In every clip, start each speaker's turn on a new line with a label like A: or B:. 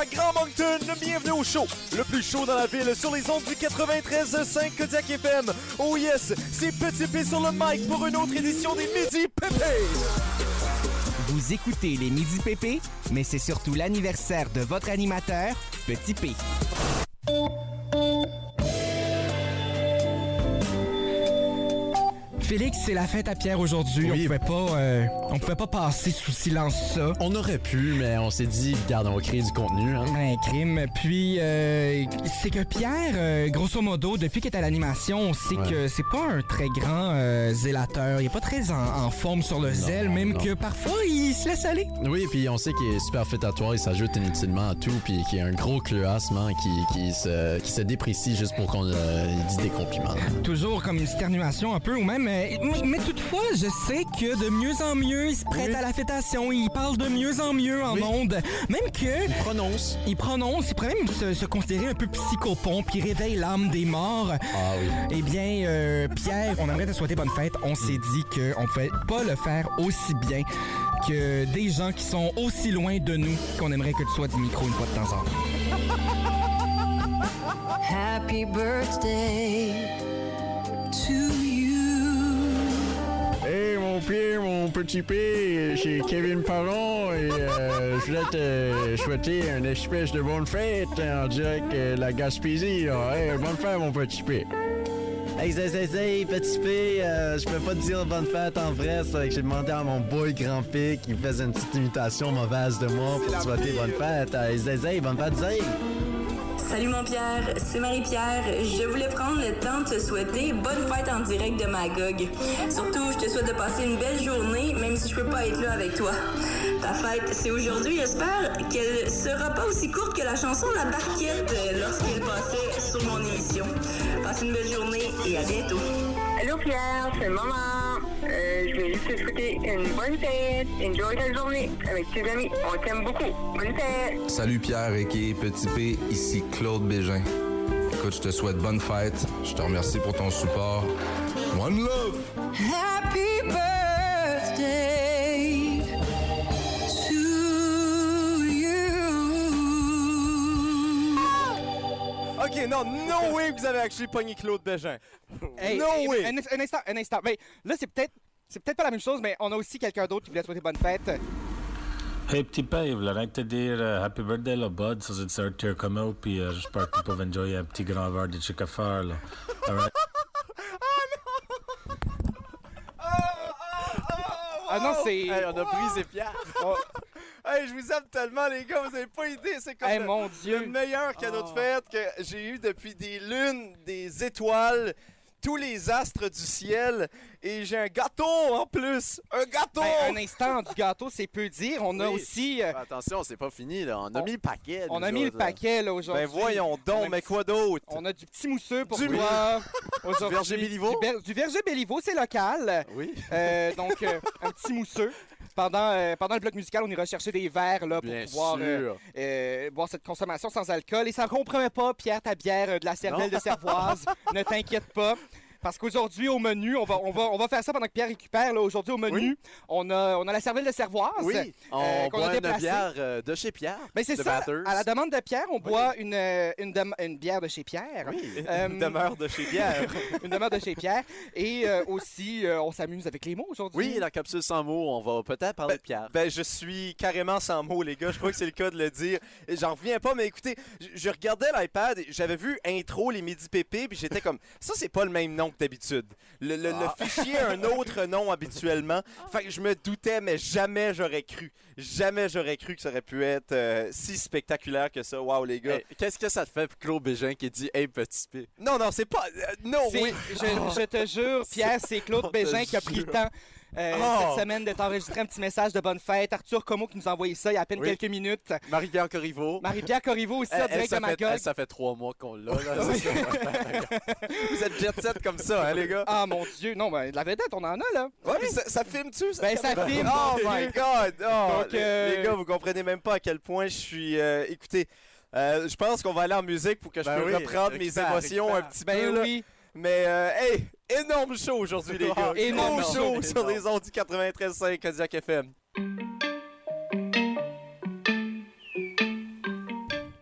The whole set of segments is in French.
A: à Grand Moncton. Bienvenue au show, le plus chaud dans la ville, sur les ondes du 93.5 Kodiak FM. Oh yes, c'est Petit P sur le mic pour une autre édition des Midi Pépé.
B: Vous écoutez les Midi PP, mais c'est surtout l'anniversaire de votre animateur, Petit P. Félix, c'est la fête à Pierre aujourd'hui.
C: Oui.
B: On pouvait pas, euh, on pouvait pas passer sous silence ça.
C: On aurait pu, mais on s'est dit, regarde, on crée du contenu. Hein.
B: Un crime. Puis, euh, c'est que Pierre, euh, grosso modo, depuis qu'il est à l'animation, on sait
C: Ouais.
B: que c'est pas un très grand euh, zélateur. Il est pas très en, en forme sur le zèle, même
C: non.
B: que parfois, il se laisse aller.
C: Oui, puis on sait qu'il est super fétatoire, il s'ajoute inutilement à tout, puis qu'il y a un gros cleuasme hein, qui, qui, se, qui se déprécie juste pour qu'on euh, il dise des compliments.
B: Toujours comme une sténuation un peu, ou même... euh, mais, mais toutefois, je sais que de mieux en mieux, il se prête
C: Oui.
B: à la fêtation, il parle de mieux en mieux en
C: Oui.
B: ondes. Même que...
C: Prononce.
B: Il prononce, il pourrait même se, se considérer un peu psychopompe, il réveille l'âme des morts.
C: Ah oui.
B: Eh bien, euh, Pierre, on aimerait te souhaiter bonne fête. On s'est dit qu'on ne pouvait pas le faire aussi bien que des gens qui sont aussi loin de nous qu'on aimerait que tu sois du micro une fois de temps en temps.
D: Happy birthday to you.
C: Hey mon père, mon petit P, c'est Kevin Paron et euh, je voulais te souhaiter une espèce de bonne fête en direct euh, la Gaspésie. bonne fête mon petit P. Hey, hey, hey, hey, petit P, euh, je peux pas te dire bonne fête en vrai, c'est que j'ai demandé à mon boy Grand P qui faisait une petite imitation mauvaise de moi pour te souhaiter bonne fête. Hey, hey, hey, bonne fête, Zay.
E: Salut mon Pierre, c'est Marie-Pierre. Je voulais prendre le temps de te souhaiter bonne fête en direct de Magog. Surtout, je te souhaite de passer une belle journée, même si je peux pas être là avec toi. Ta fête, c'est aujourd'hui, j'espère qu'elle sera pas aussi courte que la chanson La Barquette euh, lorsqu'elle passait sur mon émission. Passe une belle journée et à bientôt.
F: Allô Pierre, c'est maman. Euh, je voulais juste te souhaiter une bonne fête. Enjoy ta journée avec tes amis. On t'aime beaucoup. Bonne fête.
G: Salut Pierre et Petit P, ici Claude Bégin. Écoute, je te souhaite bonne fête. Je te remercie pour ton support. One love!
D: Happy birthday to you.
A: OK, non, no way que vous avez actually pogné Claude Bégin.
H: Hey,
A: no
H: hey,
A: way!
H: Un, ins- un instant, un instant. Mais là, c'est peut-être. C'est peut-être pas la même chose, mais on a aussi quelqu'un d'autre qui voulait te souhaiter bonne fête.
I: Hey, petit père, je voulais rien que te dire euh, happy birthday, là, bud. Ça, c'est de sortir comme out, puis euh, j'espère que tu peux enjoyer un petit grand verre de chick à faire, là. All right.
H: Ah non, c'est.
A: Oh! Hey, on a brisé Pierre.
H: Oh.
A: Hey, je vous aime tellement, les gars, vous avez pas idée. C'est comme
H: Hey,
A: le,
H: mon
A: le
H: Dieu.
A: meilleur cadeau
C: Ah.
A: de fête que j'ai eu depuis des lunes, des étoiles, tous les astres du ciel. Et j'ai un gâteau en plus. Un gâteau!
H: Ben, un instant du gâteau, c'est peu dire. On
A: Oui.
H: a
A: Ah,
H: aussi. euh,
C: Attention, c'est pas fini là, on
H: a
C: mis le paquet.
H: on a mis le paquet, là, aujourd'hui.
A: Ben voyons
H: On a
A: donc,
H: un
A: mais
H: petit-
A: quoi d'autre?
H: On a du petit mousseux pour
A: Du
H: toi. aujourd'hui.
A: Du verger Béliveau?
H: Du, ber- du verger Béliveau, c'est local.
A: Oui.
H: Euh, donc, euh, un petit mousseux. Pendant, euh, pendant le bloc musical, on ira chercher des verres là, pour
C: Bien
H: pouvoir euh,
C: sûr.
H: euh, boire cette consommation sans alcool. Et ça ne compromet pas, Pierre, ta bière euh, de la cervelle de Servoise. ne t'inquiète pas. Parce qu'aujourd'hui, au menu, on va, on, va, on va faire ça pendant que Pierre récupère. là. Aujourd'hui, au menu, on, a, on a la cervelle de Servoise.
C: Oui, on
H: euh, qu'on a
C: boit une
H: déplacée.
C: bière euh, de chez Pierre.
H: Ben, c'est
C: de
H: ça.
C: Bathurst.
H: À la demande de Pierre, on boit une, euh, une, dem- une bière de chez Pierre.
C: Oui.
H: Euh,
A: Une demeure de chez Pierre.
H: une demeure de chez Pierre. Et euh, aussi, euh, on s'amuse avec les mots aujourd'hui.
C: Oui, la capsule sans mots, on va peut-être parler de Pierre.
A: Ben, je suis carrément sans mots, les gars. Je crois que c'est le cas de le dire. Et J'en reviens pas, mais écoutez, je, je regardais l'iPad, et j'avais vu intro, les midi pépé, puis j'étais comme, ça, c'est pas le même nom que d'habitude. Le, le-
C: Ah.
A: le fichier a un autre nom habituellement. Fait que je me doutais, mais jamais j'aurais cru. Jamais j'aurais cru que ça aurait pu être euh, si spectaculaire que ça. Waouh, les gars.
C: Hey, Eh, Qu'est-ce que ça te fait, Claude Bégin, qui dit Hey, petit P?
A: Non, non, c'est pas. euh, non,
C: Oh
H: C'est-
A: oui.
H: je, je te jure, Pierre, c'est Claude
C: te
H: Bégin qui a pris le temps euh,
A: Oh.
H: cette semaine de t'enregistrer un petit message de bonne fête. Arthur Como qui nous a envoyé ça il y a à peine
C: Oui.
H: quelques minutes.
C: Marie-Pierre Corriveau.
H: Marie-Pierre Corriveau aussi
C: Elle-
H: en
C: elle,
H: direct de
C: Eh, ça, fait,
H: Magog.
C: elle, ça fait trois mois qu'on l'a. là. C'est ça.
A: Vous êtes jet set comme ça, hein, les gars.
H: Ah mon Dieu, non, ben, de la vedette, on en a là.
A: Ouais, mais ça, ça filme-tu?
H: Ben, ça
A: caméra?
H: filme,
A: Oh
H: mon
A: my
H: Dieu.
A: God! Oh,
H: Donc,
A: les-
H: euh,
A: Les gars, vous comprenez même pas à quel point je suis... euh, écoutez, euh, je pense qu'on va aller en musique pour que je
C: Ben
A: peux
C: oui,
A: reprendre mes
C: récupère,
A: émotions
C: récupère.
A: un petit peu.
H: Ben
A: là.
H: oui.
A: Mais, euh, hey, énorme show aujourd'hui, les gars.
H: Oh, énorme
A: Gros
H: show.
A: show sur les ondes du 93.5 Kodiak FM.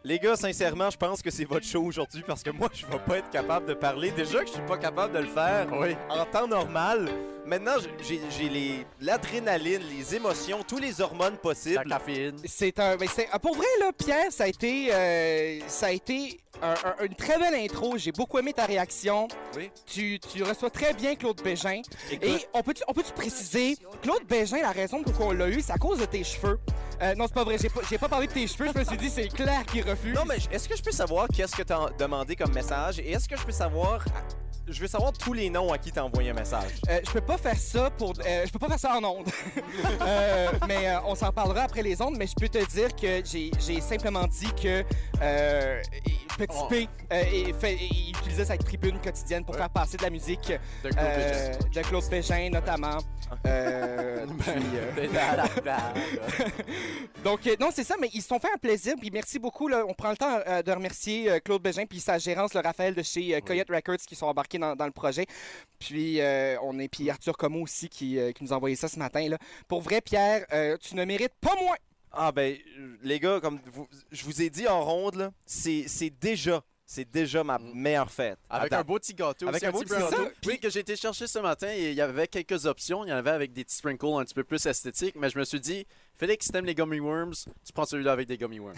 A: Les gars, sincèrement, je pense que c'est votre show aujourd'hui parce que moi, je vais pas être capable de parler. Déjà que je suis pas capable de le faire
C: Oui.
A: en temps normal. Maintenant, j'ai j'ai les- l'adrénaline, les émotions, tous les hormones
C: La
A: possibles.
C: caféine.
H: C'est un. mais c'est- ah, pour vrai, là, Pierre, ça a été, euh, ça a été un- un- une très belle intro. J'ai beaucoup aimé ta réaction.
A: Oui.
H: Tu, tu reçois très bien Claude Bégin. Et on peut-tu on peut préciser, Claude Bégin, la raison pour qu'on l'a eu, c'est à cause de tes cheveux. Euh, non, c'est pas vrai, j'ai pas, j'ai pas parlé de tes cheveux. Je me suis dit, c'est clair qu'il refuse.
A: Non, mais j- est-ce que je peux savoir qu'est-ce que t'as demandé comme message et est-ce que je peux savoir. Je veux savoir tous les noms à qui t'as envoyé un message.
H: Euh, je peux pas faire ça pour. euh, je peux pas faire ça en ondes. Euh, mais euh, on s'en parlera après les ondes. Mais je peux te dire que j'ai j'ai simplement dit que euh, Petit
C: Oh.
H: P euh, il fait- il utilisait sa tribune quotidienne pour faire passer de la musique
C: De Claude
H: euh,
C: Bégin. Ah.
H: de Claude Bégin notamment. Euh, puis, euh, donc, euh, non, c'est ça, mais ils se sont fait un plaisir. Puis merci beaucoup. là. on prend le temps euh, de remercier euh, Claude Bégin puis sa gérance, le Raphaël de chez euh, Coyote Records, qui sont embarqués dans, dans le projet. Puis euh, on est, puis Arthur Como aussi qui, euh, qui nous a envoyé ça ce matin. Là. Pour vrai, Pierre, euh, tu ne mérites pas moins.
A: Ah, ben, euh, les gars, comme vous- je vous ai dit en ronde, là, c'est c'est déjà. C'est déjà ma meilleure fête.
C: Avec
A: À
C: un beau petit gâteau.
A: Avec
C: aussi,
A: un beau
C: petit
A: petit
C: brownie.
A: gâteau.
C: Oui, que j'ai été chercher ce matin et il y avait quelques options. Il y en avait avec des petits sprinkles un petit peu plus esthétiques, mais je me suis dit, Félix, si t'aimes les gummy worms, tu prends celui-là avec des gummy worms.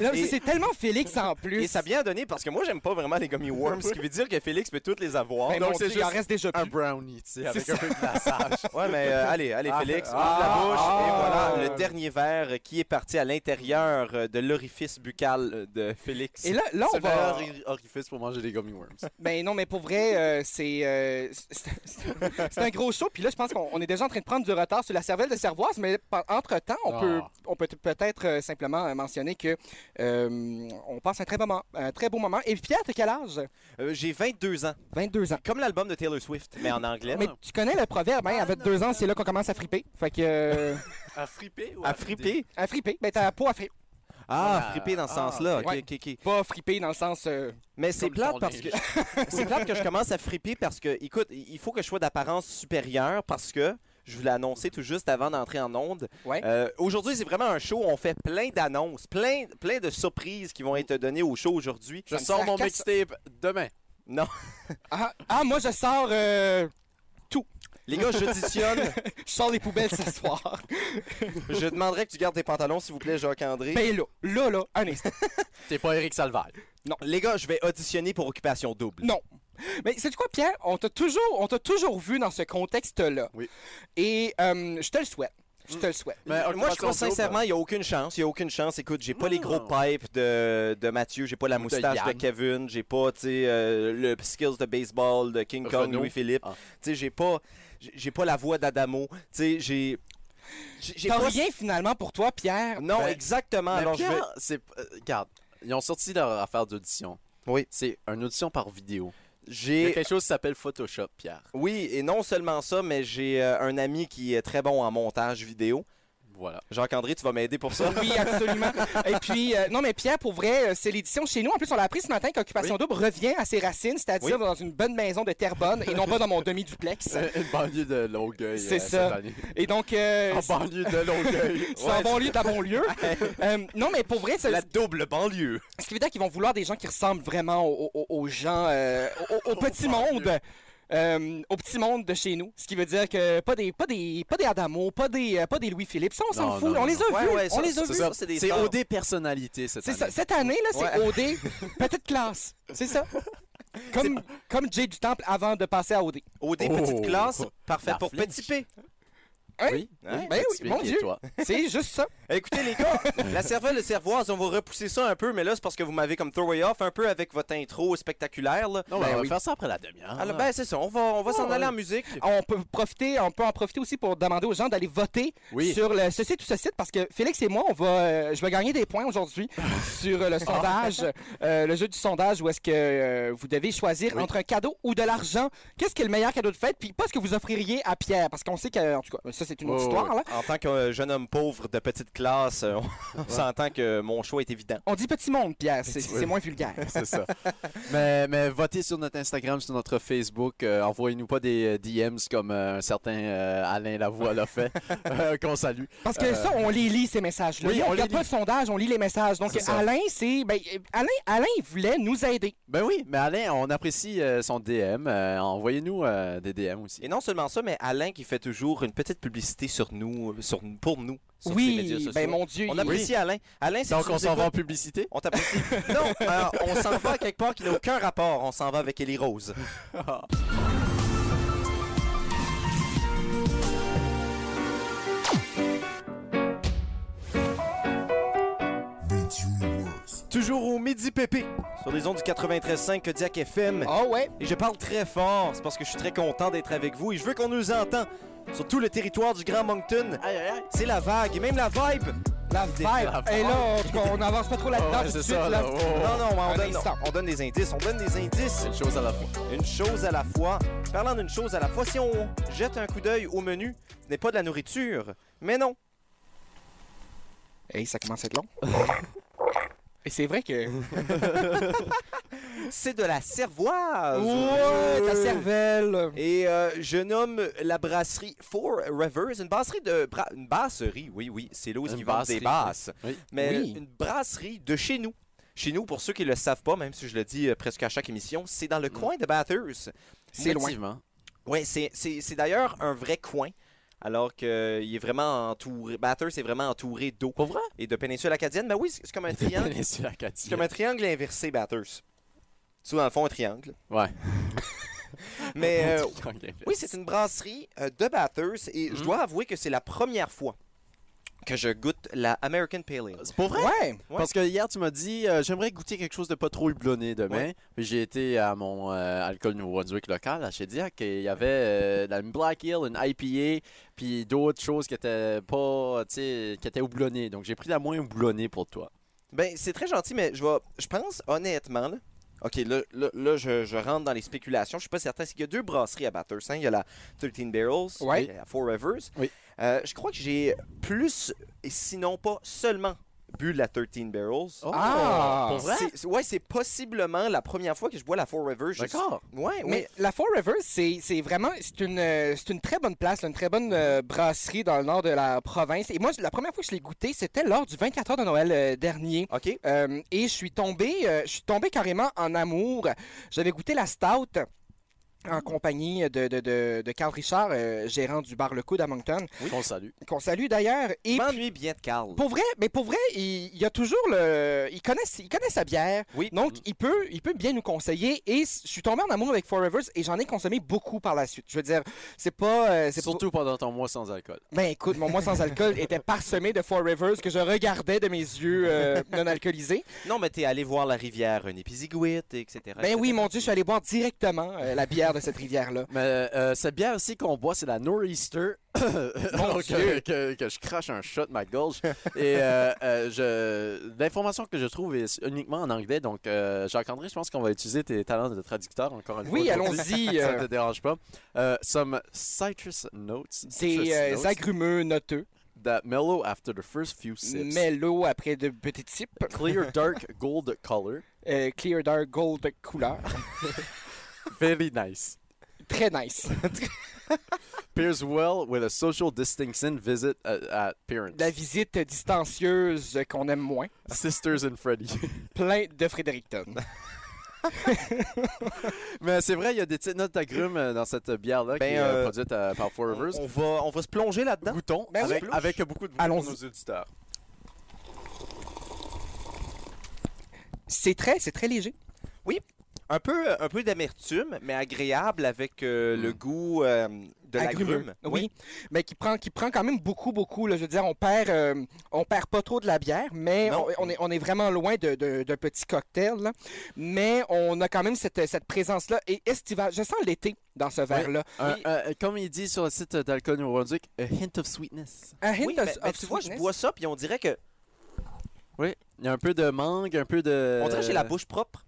H: Là, mais
A: Et-
H: ça, C'est tellement Félix en plus.
A: Et ça a bien donné parce que moi, j'aime pas vraiment les gummy worms, ce qui veut dire que Félix peut toutes les avoir.
H: Ben,
C: Donc,
H: mon
C: c'est
H: Dieu, il en
C: juste
H: reste déjà
C: Un
H: plus.
C: brownie, tu sais, avec
H: C'est
C: un peu de glaçage.
A: Ouais, mais euh, allez, allez,
C: Ah,
A: Félix, ouvre
C: ah,
A: la bouche.
C: ah.
A: et voilà, le dernier verre qui est parti à l'intérieur euh, de l'orifice buccal euh, de Félix.
H: Et là, là
C: C'est
H: on
C: le
H: va.
C: meilleur orifice pour manger des gummy worms.
H: Ben non, mais pour vrai, euh, c'est euh, c'est- c'est- c'est un gros show. Puis là, je pense qu'on on est déjà en train de prendre du retard sur la cervelle de Cervoise, mais par- entre-temps, on,
C: Ah.
H: peut, on peut peut-être euh, simplement euh, mentionner que euh, on passe un très, bon moment, un très beau moment. Et Pierre, t'as quel âge?
A: Euh, J'ai 22 ans,
H: 22 ans.
A: comme l'album de Taylor Swift, mais en anglais.
H: Mais tu connais le proverbe, hein? Avec deux ans, c'est là qu'on commence à friper. Fait que... euh,
C: À friper ou
J: Ah,
A: À fripper.
H: à friper, ben t'as pas à friper.
A: Ah, fripper dans ce sens-là. ok,
H: ouais.
A: ok, ok.
H: Pas friper dans le sens... euh,
A: Mais c'est
C: Comme
A: plate
C: ton
A: parce que
C: linge.
A: c'est plate que je commence à fripper parce que écoute, il faut que je sois d'apparence supérieure parce que je vous l'ai annoncé tout juste avant d'entrer en onde.
H: Ouais.
A: Euh, aujourd'hui, c'est vraiment un show. On fait plein d'annonces, plein, plein de surprises qui vont être données au show aujourd'hui.
C: Je
H: Ça me
C: sors mon
H: sarcasse-
C: mixtape demain.
H: Ah, ah, moi, je sors... euh,
A: Les gars, j'auditionne.
H: je sors les poubelles ce soir.
A: je demanderais que tu gardes tes pantalons, s'il vous plaît, Jacques-André.
H: Ben là, là, là, un instant.
C: T'es pas Eric Salvaille.
A: Les gars, je vais auditionner pour Occupation Double.
H: Non. Mais c'est quoi, Pierre? On t'a toujours, on t'a toujours vu dans ce contexte-là.
C: Oui.
H: Et euh, je te le souhaite. Je te le souhaite.
C: Mais
A: Moi, je
C: Occupation
A: crois
C: Double,
A: sincèrement, il n'y a aucune chance. Il n'y a aucune chance. Écoute, j'ai pas les gros
C: Non.
A: pipes de, de Mathieu, j'ai pas la
C: Ou de
A: moustache de,
C: Yann.
A: Kevin, j'ai pas tu sais, euh, le skills de baseball de King Kong,
C: Renaud.
A: Louis-Philippe.
C: Ah.
A: Tu sais, j'ai pas, j'ai- j'ai pas la voix d'Adamo. Tu sais, j'ai. j'ai- j'ai
H: T'as
A: pas-
H: rien finalement pour toi, Pierre.
A: Non,
C: Ben,
A: exactement.
C: Mais
A: Ah, Alors, je vais.
C: Pierre, c'est. euh, Regarde, ils ont sorti leur affaire d'audition.
A: Oui.
C: C'est une audition par vidéo. Il y a
A: J'ai.
C: quelque chose qui s'appelle Photoshop, Pierre.
A: Oui, et non seulement ça, mais j'ai euh, un ami qui est très bon en montage vidéo.
C: Voilà.
A: Jacques-André, tu vas m'aider pour ça.
H: Oui, absolument. Et puis, euh, non, mais Pierre, pour vrai, euh, c'est l'édition chez nous. En plus, on l'a appris ce matin qu'Occupation Double revient à ses racines, c'est-à-dire dans une bonne maison de Terrebonne et non pas dans mon demi-duplex.
C: Une banlieue de Longueuil.
H: C'est
C: euh,
H: ça.
C: cette année.
H: Et donc, euh,
C: En banlieue de Longueuil.
H: c'est un bon lieu, t'as bon lieu. Euh, non, mais pour vrai, c'est...
A: La double banlieue.
H: Ce qui veut dire qu'ils vont vouloir des gens qui ressemblent vraiment aux, aux- aux gens, euh, au, au- au petit monde. euh, au petit monde de chez nous. Ce qui veut dire que pas des, pas des, pas des Adamo, pas des, euh, pas des Louis-Philippe. Ça, on s'en
C: Non,
H: fout.
C: non,
H: on les a
A: non.
H: vus.
A: Ouais, ouais,
H: on
A: ça,
H: les a
A: ça,
H: vus.
A: ça, c'est des
C: C'est
A: stars.
C: OD personnalité cette
H: C'est
C: année.
H: ça. Cette année, là, c'est OD, petite classe. C'est ça. Comme, comme Jay du Temple avant de passer à OD.
A: Au des
C: Oh.
A: petites classes, parfait
C: La
A: pour
C: flèche.
A: petit P.
H: Hein?
C: Oui.
A: Hein?
H: Ben
C: Petit
H: oui,
C: pied
H: mon
C: qui est
H: Dieu.
C: toi.
H: C'est juste ça.
A: Écoutez les gars, la cervelle de cervoise, on va repousser ça un peu, mais là c'est parce que vous m'avez comme throwé off un peu avec votre intro spectaculaire là.
C: Non, mais
H: Ben
C: on va
H: oui.
C: faire ça après la demi-heure.
A: Alors ben c'est ça, on va, on va s'en
C: ouais.
A: aller en musique.
H: On peut profiter, on peut en profiter aussi pour demander aux gens d'aller voter
C: Oui.
H: sur le ce site ou ce site parce que Félix et moi, on va, euh, je vais gagner des points aujourd'hui sur euh, le sondage, euh, le jeu du sondage où est-ce que euh, vous devez choisir entre un cadeau ou de l'argent. Qu'est-ce qui est le meilleur cadeau de fête Puis pas ce que vous offririez à Pierre parce qu'on sait que en tout cas, ça c'est une
A: Oh,
H: autre histoire. Là.
A: En tant que euh, jeune homme pauvre de petite classe, euh, on s'entend que mon choix est évident.
H: On dit petit monde, Pierre, c'est
A: Petit-
H: c'est moins vulgaire.
J: C'est ça. mais, mais votez sur notre Instagram, sur notre Facebook. euh, Envoyez-nous pas des euh, DMs comme euh, un certain euh, Alain Lavoie l'a fait, euh, qu'on salue.
H: Parce que
J: Euh,
H: ça, on les lit, ces messages-là.
J: oui,
H: Nous, on
J: on
H: ne regarde
J: les
H: pas le sondage, on lit les messages. Donc,
J: C'est ça.
H: Alain, c'est. ben, euh, Alain, Alain voulait nous aider.
J: Ben oui, mais Alain, on apprécie euh, son DM. euh, Envoyez-nous euh, des DM aussi.
A: Et non seulement ça, mais Alain qui fait toujours une petite publicité sur nous, euh, sur, pour nous, sur ses médias
H: oui,
A: sociaux.
H: ben mon Dieu.
A: On
H: il-
A: apprécie Alain. Alain, si
J: Donc
A: tu
J: on
A: nous
J: s'en va en
A: écoutes,
J: publicité.
A: On t'apprécie. non, alors, on s'en va à quelque part qui n'a aucun rapport. On s'en va avec Ellie Rose. Toujours au Midi Pépé, sur les ondes du 93.5 Kodiak FM.
H: Ah ouais.
A: Et je parle très fort, c'est parce que je suis très content d'être avec vous et je veux qu'on nous entende sur tout le territoire du Grand Moncton. C'est la vague et même la vibe.
H: La vibe. Et là, en tout cas, on n'avance pas trop là-dedans.
J: Ah ouais,
H: tout de
J: c'est
H: suite,
J: ça,
H: là.
J: là, Oh, ouais.
A: Non, non, on
H: Un
A: donne,
H: instant.
A: on donne des indices, on donne des indices.
J: Une chose à la fois.
A: Une chose à la fois. Parlant d'une chose à la fois, si on jette un coup d'œil au menu, ce n'est pas de la nourriture, mais non.
J: oh.
H: Hey, ça commence à être long. Et c'est vrai que.
A: C'est de la cervoise.
H: Ouais, ta cervelle.
A: Et euh, je nomme la brasserie Four Rivers, une brasserie de bra- une brasserie, oui oui, c'est là où
J: Une
A: ils vendent des
J: brasserie,
A: basses,
J: oui.
A: mais
H: Oui.
A: une brasserie de chez nous. Chez nous, pour ceux qui le savent pas, même si je le dis euh, presque à chaque émission, c'est dans le coin de Bathurst.
H: C'est loin.
J: Effectivement.
A: Oui, c'est c'est d'ailleurs un vrai coin. Alors qu'il est vraiment entouré. Bathurst est vraiment entouré d'eau.
J: Pour vrai?
A: Et de péninsule acadienne. Mais oui, c'est c'est comme un triangle.
J: Péninsule
A: C'est
J: acadienne.
A: comme un triangle inversé, Bathurst. C'est dans le fond un triangle.
J: Ouais.
A: Mais euh,
J: Triangle inversé.
A: oui, c'est une brasserie euh, de Bathurst et je dois avouer que c'est la première fois que je goûte la American Pale Ale.
J: C'est pour vrai?
H: Ouais.
A: Ouais.
J: Parce que hier, tu m'as dit, euh, j'aimerais goûter quelque chose de pas trop houblonné demain. Puis J'ai été à mon euh, alcool Nouveau-Brunswick local, à Shediac, et il y avait euh, la- une Black Hill, une IPA, puis d'autres choses qui étaient pas, tu sais, qui étaient houblonnées. Donc j'ai pris la moins houblonnée pour toi.
A: Ben, c'est très gentil, mais je vais, je pense honnêtement, là, OK, là, là, là, je, je rentre dans les spéculations. Je suis pas certain. Il y a deux brasseries à Bathurst. hein. Il y a la 13 Barrels,
H: Ouais.
A: et la Four Rivers.
J: Oui.
A: Euh, je crois que j'ai plus, et sinon pas seulement, bu de la 13 Barrels.
H: Ah.
J: Oh, Pour vrai?
A: C'est- ouais, c'est possiblement la première fois que je bois la Four Rivers. Je-
J: D'accord.
A: Ouais, ouais.
H: Mais la Four Rivers, c'est c'est vraiment c'est une, euh, c'est une très bonne place, une très bonne euh, brasserie dans le nord de la province. Et moi, la première fois que je l'ai goûté, c'était lors du 24 heures de Noël euh, dernier.
A: OK.
H: Euh, et je suis tombé, euh, je suis tombé carrément en amour. J'avais goûté la stout en compagnie de, de, de, de Carl Richard, euh, gérant du bar Le Coude à Moncton,
J: Qu'on salue.
H: qu'on salue d'ailleurs. Et
A: Je m'ennuie bien de Carl.
H: pour vrai, mais pour vrai, il, il y a toujours le, il connaît, il connaît sa bière.
A: Oui.
H: Donc il peut, il peut bien nous conseiller. Et s- je suis tombé en amour avec Forevers et j'en ai consommé beaucoup par la suite. Je veux dire, c'est pas, euh, c'est pas-
J: Surtout pendant ton mois sans alcool.
H: ben écoute, mon mois sans alcool était parsemé de Four Rivers que je regardais de mes yeux euh, non alcoolisés.
A: Non, mais t'es allé voir la rivière, un épizigouite, etc.
H: Ben oui,
A: etc.
H: mon Dieu, je suis allé boire directement euh, la bière de cette rivière-là.
J: Mais euh, cette bière aussi qu'on boit, c'est la Nor'easter. Donc,
H: Dieu.
J: euh, que, que je crache un shot de ma gorge. Et euh, euh, je... l'information que je trouve est uniquement en anglais. Donc, euh, Jacques-André, je pense qu'on va utiliser tes talents de traducteur encore une
H: Oui,
J: fois.
H: allons-y.
J: Ça
H: euh,
J: ne te dérange pas. Euh, some citrus notes. citrus
H: des euh,
J: notes
H: agrumeux noteux,
J: that mellow after the first few sips.
H: mais l'eau après de petites types,
J: Clear dark gold color.
H: clear dark gold couleur.
J: Very nice.
H: Très nice.
J: Pairs well with a social distinction visit at, at parents.
H: La visite distancieuse qu'on aime moins.
J: Sisters and Freddy.
H: Plein de Fredericton.
A: Ben
J: Mais c'est vrai, il y a des petites notes d'agrumes euh, dans cette bière-là
A: Ben,
J: qui est euh,
A: euh,
J: produite euh, par Four Rivers.
A: On, on va, on va se plonger là-dedans.
J: Goûtons
H: Ben oui.
J: avec, avec beaucoup de vous pour
H: Allons-y.
J: nos auditeurs.
H: C'est très, c'est très léger.
A: Un peu, un peu d'amertume, mais agréable avec euh, le goût euh, de l'agrume.
H: Oui. Mais qui prend, qui prend quand même beaucoup, beaucoup. Là, je veux dire, on perd, euh, on perd pas trop de la bière, mais on,
A: Non.
H: on est, on est vraiment loin de, de, d'un petit cocktail. là. Mais on a quand même cette, cette présence-là et estivale. Je sens l'été dans ce verre-là.
J: Un- un- Euh, comme il dit sur le site euh, d'Alcool New Brunswick, a hint of sweetness.
H: Un hint
A: Oui,
H: of-
A: mais- mais
H: of
A: tu vois, je
H: sweetness.
A: bois ça, puis on dirait que. euh,
J: Oui, il y a un peu de mangue, un peu de.
A: On dirait que j'ai la bouche propre.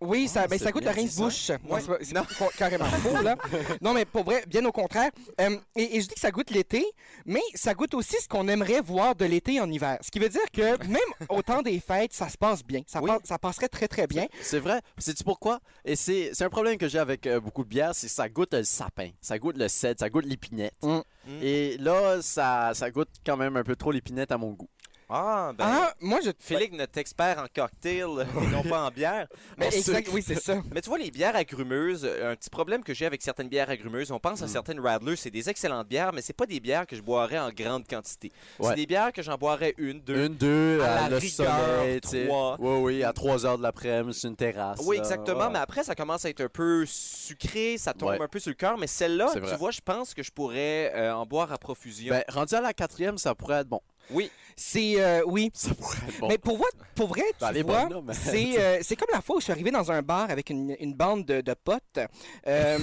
H: Oui, ça, ben, ça goûte le rince-bouche. Ouais, c'est pas- c'est pas carrément faux, là. Non, mais pour vrai, bien au contraire. Euh, et, et je dis que ça goûte l'été, mais ça goûte aussi ce qu'on aimerait voir de l'été en hiver. Ce qui veut dire que même au temps des fêtes, ça se passe bien. Ça, passe- ça passerait très, très bien.
J: C'est vrai. Sais-tu pourquoi? Et c'est c'est un problème que j'ai avec euh, beaucoup de bières, c'est que ça goûte le sapin, ça goûte le cèdre, ça goûte l'épinette. Et là, ça, ça goûte quand même un peu trop l'épinette à mon goût.
A: Ah, ben.
J: Ah,
H: moi, je.
A: Félix, notre expert en cocktail et non pas en bière.
H: Mais
A: En
H: exact,
A: sucre.
H: oui, c'est ça.
A: Mais tu vois, les bières agrumeuses, euh, un petit problème que j'ai avec certaines bières agrumeuses, on pense à certaines Radlers, c'est des excellentes bières, mais c'est pas des bières que je boirais en grande quantité.
J: Ouais.
A: C'est des bières que j'en boirais une, deux.
J: Une, deux,
A: à
J: à
A: la
J: le
A: rigueur,
J: sommet, tu sais.
A: trois.
J: Oui, oui, à 3 heures de l'après-midi, c'est une terrasse.
A: Oui,
J: là. Ah,
A: exactement.
J: Ouais.
A: Mais après, ça commence à être un peu sucré, ça tombe
J: Ouais.
A: un peu sur le cœur. Mais celle-là,
J: C'est vrai.
A: tu vois, je pense que je pourrais euh, en boire à profusion.
J: Ben, rendu à la quatrième, ça pourrait être bon.
A: Oui.
H: C'est. euh, oui.
J: bon.
H: Mais pour, voi- pour vrai,
J: Ben,
H: tu
J: les
H: vois,
J: bonhommes, hein, tu
H: c'est
J: sais.
H: euh, c'est comme la fois où je suis arrivé dans un bar avec une, une bande de, de potes euh,